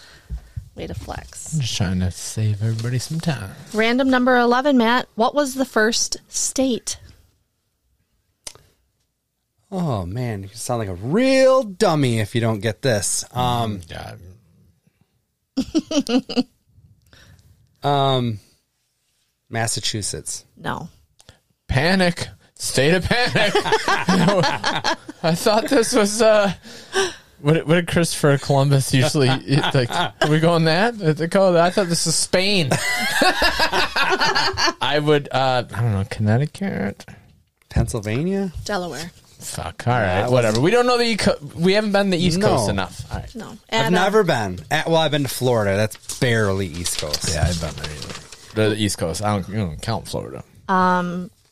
Speaker 3: Way to flex.
Speaker 2: Just trying to save everybody some time.
Speaker 3: Random number 11, Matt. What was the first state?
Speaker 1: Oh man, you sound like a real dummy if you don't get this. Um,
Speaker 2: Yeah.
Speaker 1: Massachusetts.
Speaker 3: No.
Speaker 2: Panic. State of panic. I thought this was. uh what, what did Christopher Columbus usually like? Are we going that? They call it- I thought this was Spain. I would. uh I don't know Connecticut.
Speaker 1: Pennsylvania?
Speaker 3: Delaware.
Speaker 2: Fuck. All right. whatever. We don't know the. E- co- we haven't been the East
Speaker 1: No.
Speaker 2: Coast enough. All right.
Speaker 3: No.
Speaker 1: I've
Speaker 3: Adam.
Speaker 1: never been. At, well, I've been to Florida. That's barely East Coast.
Speaker 2: Yeah, I've been there either. The East Coast. I don't, you don't count Florida.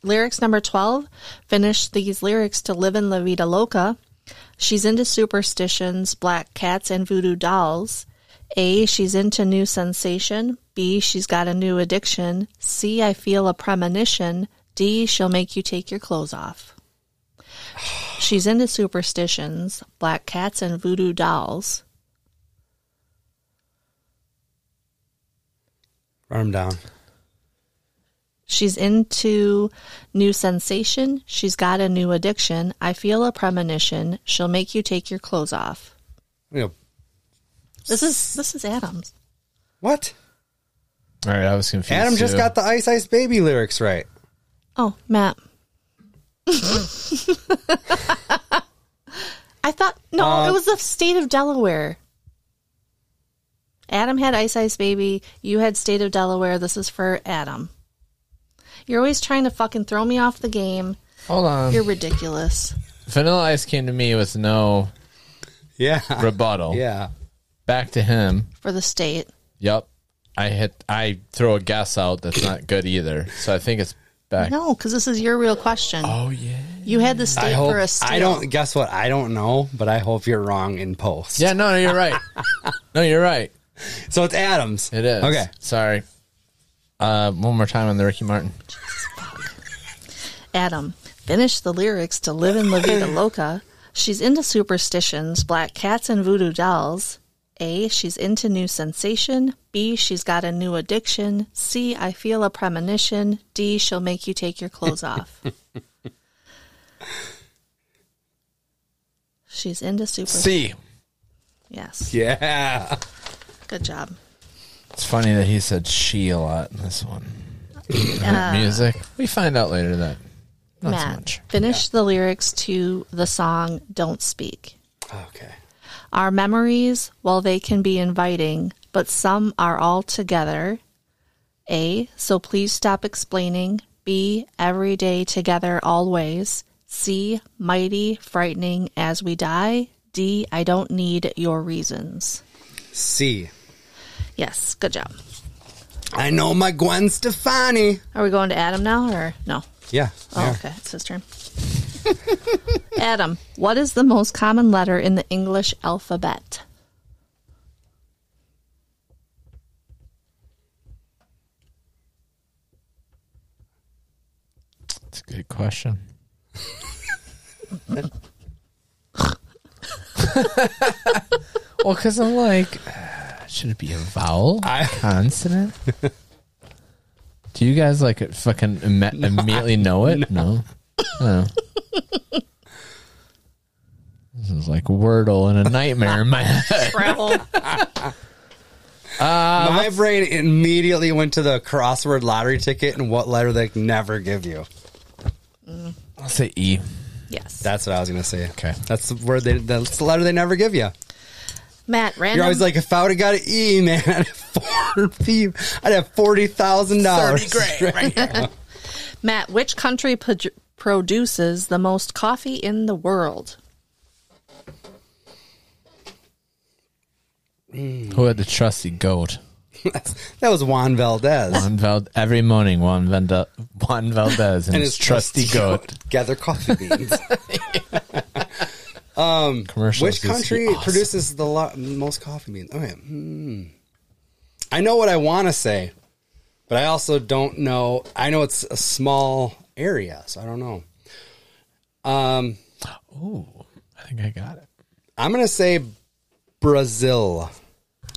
Speaker 3: lyrics number 12 finished these lyrics to Live in La Vida Loca. She's into superstitions, black cats, and voodoo dolls. A, she's into new sensation. B, she's got a new addiction. C, I feel a premonition. D, she'll make you take your clothes off. She's into superstitions, black cats, and voodoo dolls.
Speaker 1: Arm down.
Speaker 3: She's into new sensation. She's got a new addiction. I feel a premonition. She'll make you take your clothes off.
Speaker 1: You know,
Speaker 3: This is this is Adams.
Speaker 1: what?
Speaker 2: All right, I was confused.
Speaker 1: Adam just
Speaker 2: too.
Speaker 1: got the Ice Ice Baby lyrics right.
Speaker 3: Oh, Matt. I thought no,
Speaker 1: Uh,
Speaker 3: it was the state of Delaware. Adam had Ice Ice Baby. You had State of Delaware. This is for Adam. You're always trying to fucking throw me off the game.
Speaker 2: Hold on.
Speaker 3: You're ridiculous.
Speaker 2: Vanilla Ice came to me with no
Speaker 1: Yeah.
Speaker 2: rebuttal.
Speaker 1: Yeah.
Speaker 2: Back to him.
Speaker 3: For the state.
Speaker 2: Yep. I hit. I throw a guess out that's not good either. So I think it's back.
Speaker 3: No, because this is your real question.
Speaker 2: Oh yeah.
Speaker 3: You had the
Speaker 1: I
Speaker 3: state
Speaker 1: hope
Speaker 3: for a steal.
Speaker 1: I don't guess what I don't know, but I hope you're wrong in post.
Speaker 2: Yeah. No. No. You're right. no. You're right.
Speaker 1: So it's Adams.
Speaker 2: It is.
Speaker 1: Okay.
Speaker 2: Sorry. Uh, one more time on the Ricky Martin.
Speaker 3: Adam finished the lyrics to Live in La Vida Loca. She's into superstitions, black cats, and voodoo dolls. A. She's into new sensation. B. She's got a new addiction. C. I feel a premonition. D. She'll make you take your clothes off. She's into super.
Speaker 2: C.
Speaker 3: Yes.
Speaker 1: Yeah.
Speaker 3: Good job.
Speaker 2: It's funny that he said she a lot in this one. Music. We find out later that not so
Speaker 3: Matt
Speaker 2: much.
Speaker 3: finished the lyrics to the song Don't Speak.
Speaker 1: Okay.
Speaker 3: Our memories, while they can be inviting, but some are all together. A. So please stop explaining. B. Every day together always. C. Mighty, frightening as we die. D. I don't need your reasons.
Speaker 1: C.
Speaker 3: Yes, good job.
Speaker 1: I know my Gwen Stefani.
Speaker 3: Are we going to Adam now or no?
Speaker 1: Yeah.
Speaker 3: Oh, okay. It's his turn. Adam, what is the most common letter in the English alphabet?
Speaker 2: It's a good question. well, because I'm like, uh, should it be a vowel?
Speaker 1: I-
Speaker 2: consonant? Do you guys like it fucking imme- immediately know it? No. Oh. this is like Wordle and a nightmare in my head.
Speaker 3: Scrabble.
Speaker 2: Uh,
Speaker 1: my brain immediately went to the crossword lottery ticket and what letter they never give you.
Speaker 2: I'll say E.
Speaker 3: yes.
Speaker 1: That's what I was gonna say.
Speaker 2: Okay.
Speaker 1: That's the word they that's the letter they never give you.
Speaker 3: Matt, random.
Speaker 1: You're always like, if I would have got an E, man, I'd have four P I'd have forty thousand dollars.
Speaker 3: Matt, which country produ- produces the most coffee in the world?
Speaker 2: Who had the trusty goat?
Speaker 1: That was Juan Valdez.
Speaker 2: Juan Vald- every morning, Juan, Vanda- Juan Valdez and, his, trusty, goat.
Speaker 1: gather coffee beans.
Speaker 2: Commercials
Speaker 1: Which
Speaker 2: used to be
Speaker 1: country
Speaker 2: awesome.
Speaker 1: produces the lo- most coffee beans? Okay. Hmm. I know what I want to say, but I also don't know. I know it's a small area, so I don't know. Um,
Speaker 2: I think I got it.
Speaker 1: I'm gonna say Brazil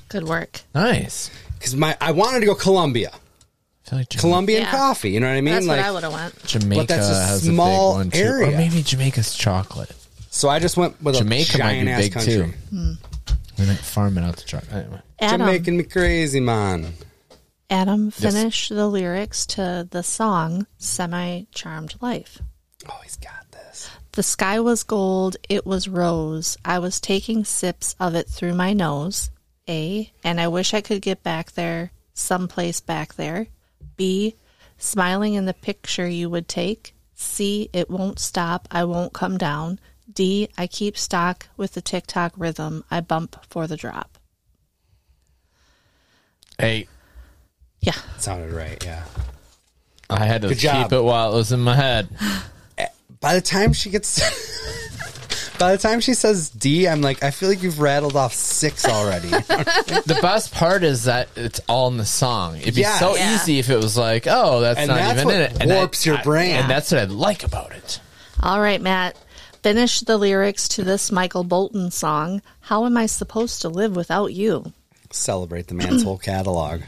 Speaker 3: Good work.
Speaker 2: Nice.
Speaker 1: because my I wanted to go Colombia,
Speaker 2: I feel like Jama-
Speaker 1: Colombian
Speaker 3: Yeah.
Speaker 1: coffee. You know what I mean?
Speaker 3: That's
Speaker 1: like,
Speaker 3: what I would have went.
Speaker 2: Jamaica
Speaker 1: that's a
Speaker 2: has
Speaker 1: small
Speaker 2: a big one too.
Speaker 1: area.
Speaker 2: Or maybe Jamaica's chocolate.
Speaker 1: so I just went with a
Speaker 2: Jamaica might
Speaker 1: giant
Speaker 2: be
Speaker 1: ass
Speaker 2: big
Speaker 1: country.
Speaker 2: too. Hmm. We might farm it out to chocolate. Anyway.
Speaker 3: Adam,
Speaker 1: Jamaican me crazy, man.
Speaker 3: Adam finish the lyrics to the song Semi Charmed Life.
Speaker 1: Oh, he's got this.
Speaker 3: The sky was gold, it was rose. I was taking sips of it through my nose. A. And I wish I could get back there, someplace back there. B. Smiling in the picture you would take. C. It won't stop, I won't come down. D. I keep stock with the tick tock rhythm, I bump for the drop.
Speaker 2: Hey,
Speaker 3: Yeah,
Speaker 1: Sounded right. Yeah.
Speaker 2: I had to
Speaker 1: Good job.
Speaker 2: keep it while it was in my head.
Speaker 1: by the time she gets by the time she says D, I'm like, I feel like you've rattled off six already.
Speaker 2: the best part is that it's all in the song. It'd be
Speaker 1: Yeah.
Speaker 2: so
Speaker 3: Yeah.
Speaker 2: easy if it was like, oh, that's
Speaker 1: And
Speaker 2: not
Speaker 1: that's
Speaker 2: even
Speaker 1: what
Speaker 2: in it.
Speaker 1: warps your brain.
Speaker 2: and that's what I like about it.
Speaker 3: All right, Matt. Finish the lyrics to this Michael Bolton song, How Am I Supposed to Live Without You?
Speaker 1: Celebrate the man's whole catalog.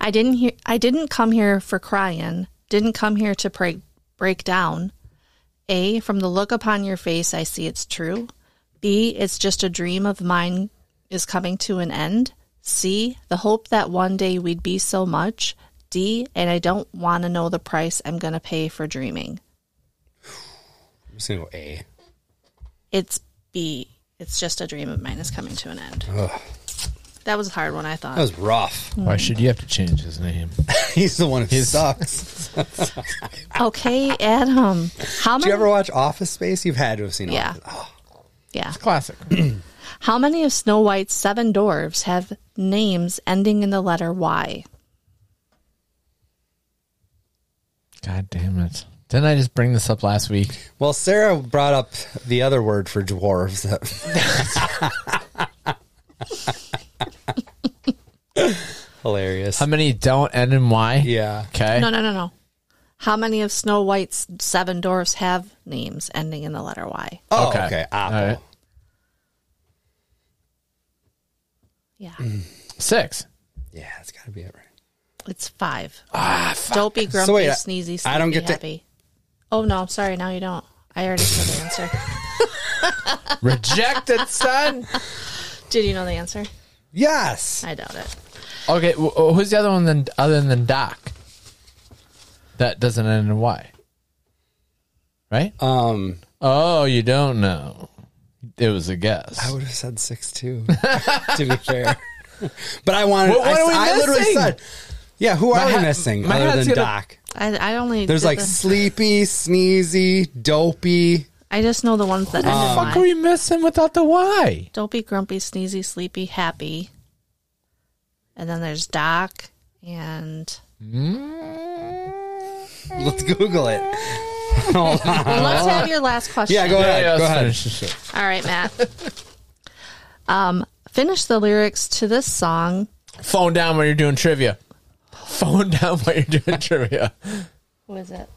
Speaker 3: I didn't hear I didn't come here for crying, didn't come here to break break down. A, from the look upon your face I see it's true. B, it's just a dream of mine is coming to an end. C, the hope that one day we'd be so much. D, and I don't want to know the price I'm going to pay for dreaming.
Speaker 1: I'm just gonna go A.
Speaker 3: It's B, it's just a dream of mine is coming to an end. That was a hard one, I thought.
Speaker 1: That was rough.
Speaker 2: Why should you have to change his name?
Speaker 1: He's the one who sucks.
Speaker 3: okay, Adam. How
Speaker 1: Do you
Speaker 3: many?
Speaker 1: ever watch Office Space? You've had to have seen
Speaker 3: Yeah.
Speaker 1: Office. Oh,
Speaker 3: yeah.
Speaker 2: Classic.
Speaker 3: How many of Snow White's seven dwarves have names ending in the letter Y?
Speaker 2: God damn it! Didn't I just bring this up last week?
Speaker 1: Well, Sarah brought up the other word for dwarves. Hilarious.
Speaker 2: How many don't end in Y?
Speaker 1: yeah.
Speaker 2: Okay.
Speaker 3: No, no, no, no. How many of Snow White's seven dwarves have names ending in the letter Y?
Speaker 1: Oh, okay.
Speaker 2: Okay.
Speaker 1: Apple.
Speaker 2: All right.
Speaker 3: Yeah,
Speaker 1: Mm.
Speaker 2: Six.
Speaker 1: Yeah, that's got to be it, right?
Speaker 3: it's five. Don't be grumpy,
Speaker 1: Ah, So wait, I-
Speaker 3: sneezy, sleepy,
Speaker 1: I don't get to-
Speaker 3: happy. Oh no, sorry. Now you don't. I already know the answer.
Speaker 2: Rejected, son.
Speaker 3: Did you know the answer?
Speaker 1: Yes.
Speaker 3: I doubt it.
Speaker 2: Okay. wh- who's the other one then? Other than Doc, that doesn't end in Y. Right.
Speaker 1: Um,
Speaker 2: oh, you don't know. It was a guess.
Speaker 1: I would have said six too. to be fair, but I wanted.
Speaker 2: What- what
Speaker 1: I,
Speaker 2: are we
Speaker 1: I literally
Speaker 2: missing?
Speaker 1: said, "Yeah, who are
Speaker 2: My
Speaker 1: we
Speaker 2: hat-
Speaker 1: missing
Speaker 2: my
Speaker 1: other
Speaker 2: hat's
Speaker 1: than
Speaker 2: gonna-
Speaker 1: Doc?"
Speaker 3: I, I only
Speaker 1: There's
Speaker 3: did
Speaker 1: like
Speaker 3: the-
Speaker 1: sleepy, sneezy, dopey.
Speaker 3: I just know the ones that end in
Speaker 2: fuck
Speaker 1: um,
Speaker 3: Y.
Speaker 2: were you missing without the Y?
Speaker 3: Don't be grumpy, sneezy, sleepy, happy. And then there's Doc and
Speaker 1: Let's Google it. Hold on.
Speaker 3: Well, let's have your last question.
Speaker 1: Yeah, go ahead. go ahead.
Speaker 3: All right, Matt. um, finish the lyrics to this song.
Speaker 2: Phone down when you're doing trivia. Phone down when you're doing trivia. Oh
Speaker 3: What is it?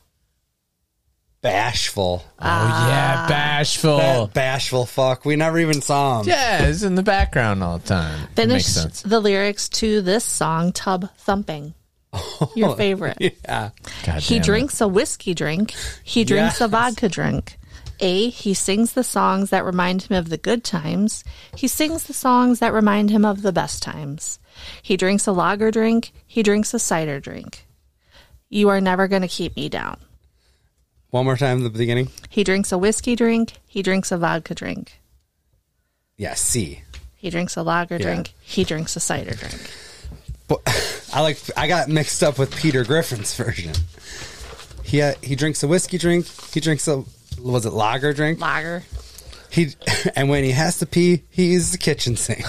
Speaker 1: Bashful.
Speaker 2: Oh, yeah, bashful.
Speaker 1: That bashful fuck. We never even saw him.
Speaker 2: yeah, it's in the background all the time. It
Speaker 3: Finish
Speaker 2: makes sense.
Speaker 3: the lyrics to this song, Tub Thumping. Your favorite.
Speaker 1: Yeah.
Speaker 2: God
Speaker 3: He
Speaker 2: damn it.
Speaker 3: drinks a whiskey drink. He drinks a
Speaker 1: Yes.
Speaker 3: vodka drink. A. He sings the songs that remind him of the good times. He sings the songs that remind him of the best times. He drinks a lager drink. He drinks a cider drink. You are never going to keep me down.
Speaker 1: One more time at the beginning.
Speaker 3: He drinks a whiskey drink. He drinks a vodka drink.
Speaker 1: Yeah, C.
Speaker 3: He drinks a lager
Speaker 1: Yeah.
Speaker 3: drink. He drinks a cider drink.
Speaker 1: But I like I got mixed up with Peter Griffin's version. He uh, he drinks a whiskey drink. He drinks a was it lager drink?
Speaker 3: Lager.
Speaker 1: He and when he has to pee, he uses the kitchen sink.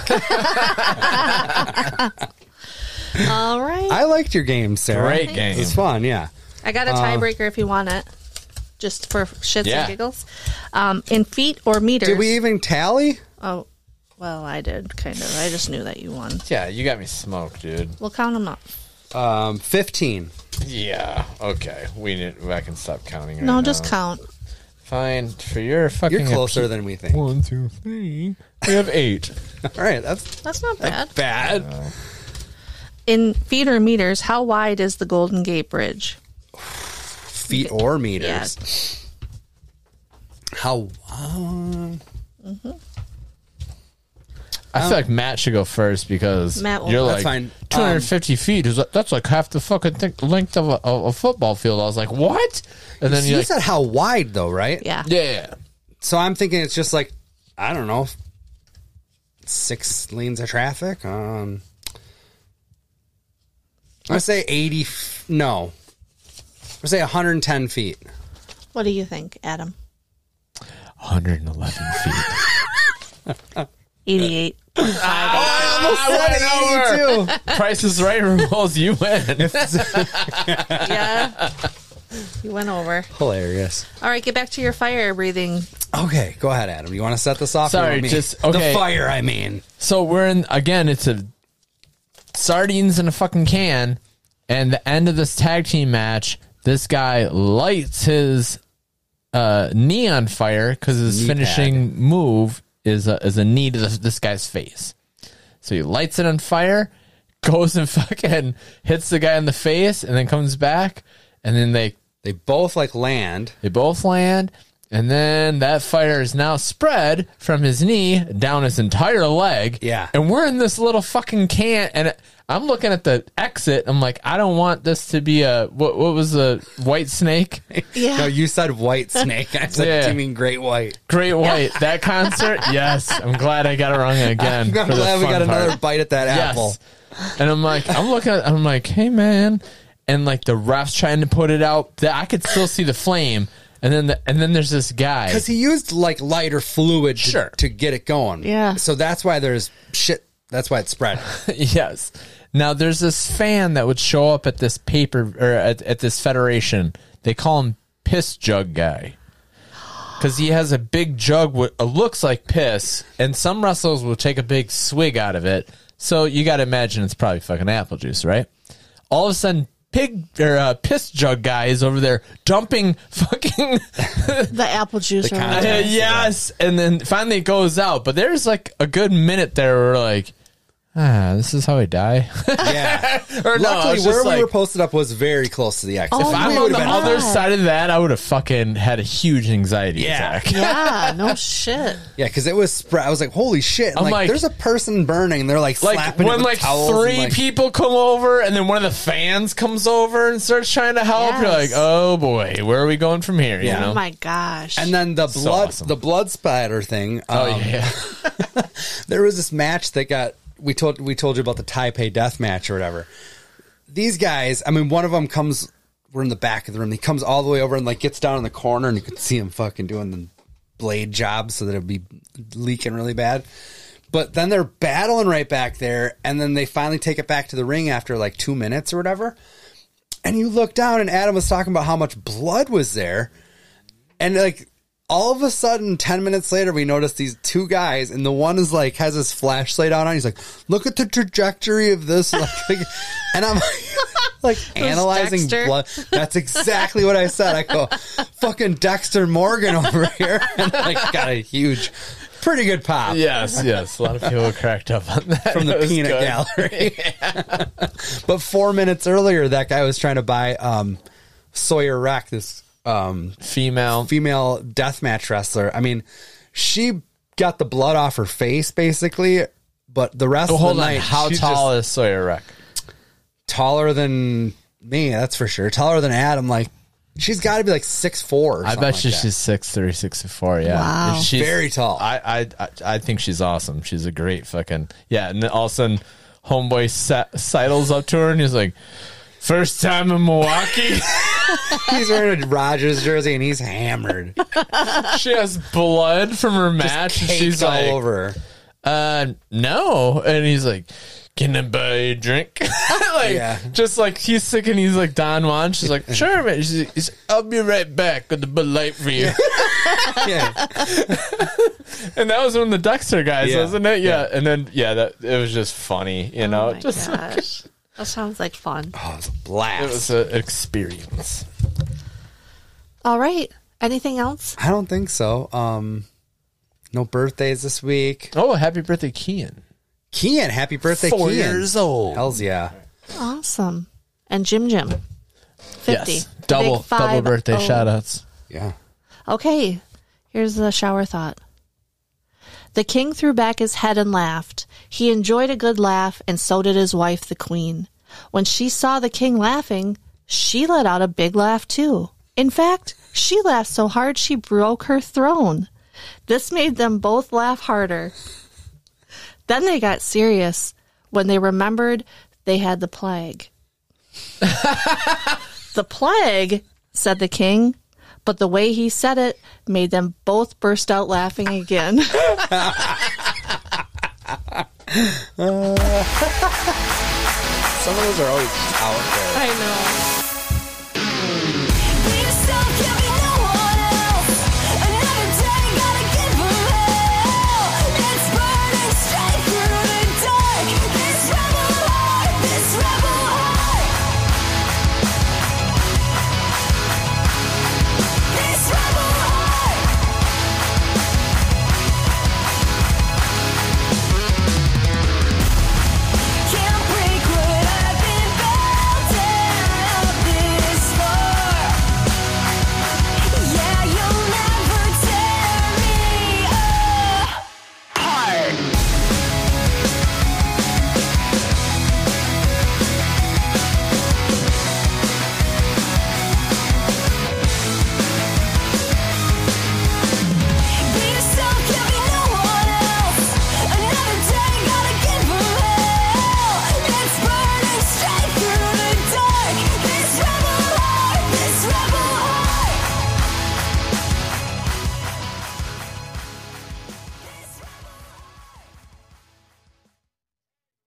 Speaker 3: All right. I,
Speaker 1: I liked your game, Sarah.
Speaker 2: Great game.
Speaker 1: It's fun, yeah.
Speaker 3: got a tiebreaker if you want it, just for shits
Speaker 2: Yeah.
Speaker 3: and giggles. Um, in feet or meters.
Speaker 1: Did we even tally?
Speaker 3: Oh, well, I did kind of. I just knew that you won.
Speaker 2: Yeah, you got me smoked, dude.
Speaker 3: We'll count them up.
Speaker 1: Um, fifteen.
Speaker 2: Yeah. Okay. We need, I can stop counting. Right
Speaker 3: No,
Speaker 2: now.
Speaker 3: just count.
Speaker 2: fine for your fucking.
Speaker 1: You're closer than we think. All
Speaker 2: One, two, three. We have eight.
Speaker 1: right, that's
Speaker 3: That's not bad.
Speaker 1: bad.
Speaker 3: In feet or meters, how wide is the Golden Gate Bridge?
Speaker 1: Feet or meters? How? Uh,
Speaker 2: I feel like Matt should go first because
Speaker 3: Matt will-
Speaker 2: you're
Speaker 3: That's
Speaker 2: like
Speaker 1: Um, fine. Um,
Speaker 2: 250 feet. Is that's like half the fucking thing, length of a, of a football field. I was like, what? And then
Speaker 1: you
Speaker 2: you're like,
Speaker 1: said how wide though, right?
Speaker 3: Yeah.
Speaker 2: yeah,
Speaker 1: So I'm thinking it's just like I don't know, six lanes of traffic. Um, I say eighty. F- no, I say 110 feet.
Speaker 3: What do you think, Adam?
Speaker 2: 111 feet.
Speaker 3: 88.58.
Speaker 2: I went over. Price is right rules. You win.
Speaker 3: yeah. You went over.
Speaker 1: Hilarious.
Speaker 3: All right, get back to your fire breathing.
Speaker 1: Okay, go ahead, Adam. You want to set this off? or you
Speaker 2: Sorry,
Speaker 1: want me?
Speaker 2: just- okay.
Speaker 1: the fire. I mean,
Speaker 2: So we're in again. It's a sardines in a fucking can, and the end of this tag team match, this guy lights his uh, knee on fire because his
Speaker 1: Knee
Speaker 2: finishing move is a, is a knee to this, this guy's face. So he lights it on fire, goes and fucking hits the guy in the face, and then comes back, and then they
Speaker 1: they both like land.
Speaker 2: They both land, and then that fire is now spread from his knee down his entire leg.
Speaker 1: Yeah.
Speaker 2: And we're in this little fucking can, and I'm looking at the exit. I'm like, I don't want this to be a what? What was the white snake?
Speaker 3: Yeah.
Speaker 1: No, you said white snake. I said,
Speaker 2: Yeah.
Speaker 1: do you mean great white?
Speaker 2: Great white. That concert. Yes. I'm glad I got it wrong again.
Speaker 1: I'm
Speaker 2: for the
Speaker 1: glad we
Speaker 2: fun
Speaker 1: got
Speaker 2: part.
Speaker 1: another bite at that apple.
Speaker 2: Yes. And I'm like, I'm looking at, I'm like, hey man, and like the refs trying to put it out. That I could still see the flame, and then the, and then there's this guy.
Speaker 1: Because he used like lighter fluid to,
Speaker 2: Sure.
Speaker 1: to get it going.
Speaker 3: Yeah.
Speaker 1: So that's why there's shit. That's why it's spread.
Speaker 2: yes. Now there's this fan that would show up at this paper or at, at this federation. They call him Piss Jug Guy because he has a big jug what uh, looks like piss, and some wrestlers will take a big swig out of it. So you got to imagine it's probably fucking apple juice, right? All of a sudden. Pig or uh, piss jug guy is over there dumping fucking
Speaker 3: The apple juice.
Speaker 1: The
Speaker 3: or
Speaker 1: con-
Speaker 3: whatever.
Speaker 2: Uh, yes, and then finally it goes out. But there's like a good minute there where we're like, ah, this is how I die.
Speaker 1: Yeah.
Speaker 2: or no, I
Speaker 1: Luckily,
Speaker 2: was
Speaker 1: where
Speaker 2: just
Speaker 1: we
Speaker 2: like,
Speaker 1: were posted up was very close to the exit.
Speaker 3: Oh
Speaker 2: if I'm
Speaker 3: my
Speaker 2: on the
Speaker 3: God.
Speaker 2: other side of that, I would have fucking had a huge anxiety
Speaker 1: Yeah.
Speaker 2: attack.
Speaker 3: yeah, no shit.
Speaker 1: Yeah, because it was spread. I was like, holy shit. And,
Speaker 2: I'm
Speaker 1: like,
Speaker 2: like-
Speaker 1: there's a person burning. And they're like,
Speaker 2: Like
Speaker 1: slapping it
Speaker 2: when
Speaker 1: with
Speaker 2: like
Speaker 1: towels and,
Speaker 2: three
Speaker 1: like-
Speaker 2: people come over and then one of the fans comes over and starts trying to help, you're like,
Speaker 3: Yes.
Speaker 2: oh boy, where are we going from here? You
Speaker 1: Yeah.
Speaker 2: know?
Speaker 3: Oh my gosh.
Speaker 1: And then the blood,
Speaker 2: awesome.
Speaker 1: the blood spatter thing. Um,
Speaker 2: oh yeah.
Speaker 1: There was this match that got we told we told you about the Taipei Death Match or whatever. These guys, I mean, one of them comes. We're in the back of the room. He comes all the way over and like gets down in the corner, and you could see him fucking doing the blade job, so that it'd be leaking really bad. But then they're battling right back there, and then they finally take it back to the ring after like two minutes or whatever. And you look down, and Adam was talking about how much blood was there. And like all of a sudden, ten minutes later, we notice these two guys, and the one is like has his flashlight on. And he's like, "Look at the trajectory of this," like, like- and I'm like analyzing
Speaker 3: Dexter.
Speaker 1: blood. That's exactly what I said. I go, "Fucking Dexter Morgan over here," and like got a huge, pretty good pop
Speaker 2: yes, yes. A lot of people cracked up on that.
Speaker 1: from the
Speaker 2: It was
Speaker 1: peanut
Speaker 2: good.
Speaker 1: gallery. but four minutes earlier, that guy was trying to buy um, Sawyer Rack, this um,
Speaker 2: Female.
Speaker 1: female deathmatch wrestler. I mean, she got the blood off her face basically, but the rest
Speaker 2: Oh,
Speaker 1: of the
Speaker 2: hold on.
Speaker 1: night,
Speaker 2: How
Speaker 1: she's
Speaker 2: tall is Sawyer Ruck?
Speaker 1: just taller than me, that's for sure. Taller than Adam. Like she's got to be like six four.
Speaker 2: I bet you she's six three, six four. Yeah,
Speaker 3: Wow.
Speaker 2: she's
Speaker 1: Very tall.
Speaker 2: I, I I I think she's awesome. She's a great fucking yeah. And then all of a sudden, homeboy sa- sidles up to her and he's like, first time in Milwaukee."
Speaker 1: he's wearing a Rogers jersey and he's hammered.
Speaker 2: she has blood from her match. and
Speaker 1: Caked
Speaker 2: she's
Speaker 1: all
Speaker 2: all like, over.
Speaker 1: over. her.
Speaker 2: "Uh, no," and he's like. Can I buy a drink? like,
Speaker 1: Yeah.
Speaker 2: just like he's sick and he's like Don Juan. She's like, sure, man. She's like, he's, I'll be right back with the Bud Light for you.
Speaker 1: Yeah, Oh,
Speaker 2: And that was when the Dexter guys,
Speaker 1: Yeah.
Speaker 2: wasn't it? Yeah. And then yeah, that it was just funny, you know.
Speaker 3: oh my
Speaker 2: just
Speaker 3: gosh. That sounds like fun.
Speaker 1: oh, it's a
Speaker 2: it
Speaker 1: blast.
Speaker 2: was an experience.
Speaker 3: All right. Anything else?
Speaker 1: I don't think so. Um, no birthdays this week.
Speaker 2: Oh, happy birthday, Kian.
Speaker 1: Kian, happy birthday,
Speaker 2: Four
Speaker 1: Kian.
Speaker 2: years old.
Speaker 1: Hell's yeah.
Speaker 3: Awesome. And Jim Jim. 50.
Speaker 2: Yes. Double
Speaker 3: Big five
Speaker 2: double birthday
Speaker 3: oh.
Speaker 2: shout outs.
Speaker 1: Yeah.
Speaker 3: Okay, here's the shower thought. The king threw back his head and laughed. He enjoyed a good laugh, and so did his wife, the queen. When she saw the king laughing, she let out a big laugh, too. In fact, she laughed so hard she broke her throne. This made them both laugh harder. Then they got serious when they remembered they had the plague. The plague, said the king, but the way he said it made them both burst out laughing again.
Speaker 1: Some of those are always out there.
Speaker 3: I know.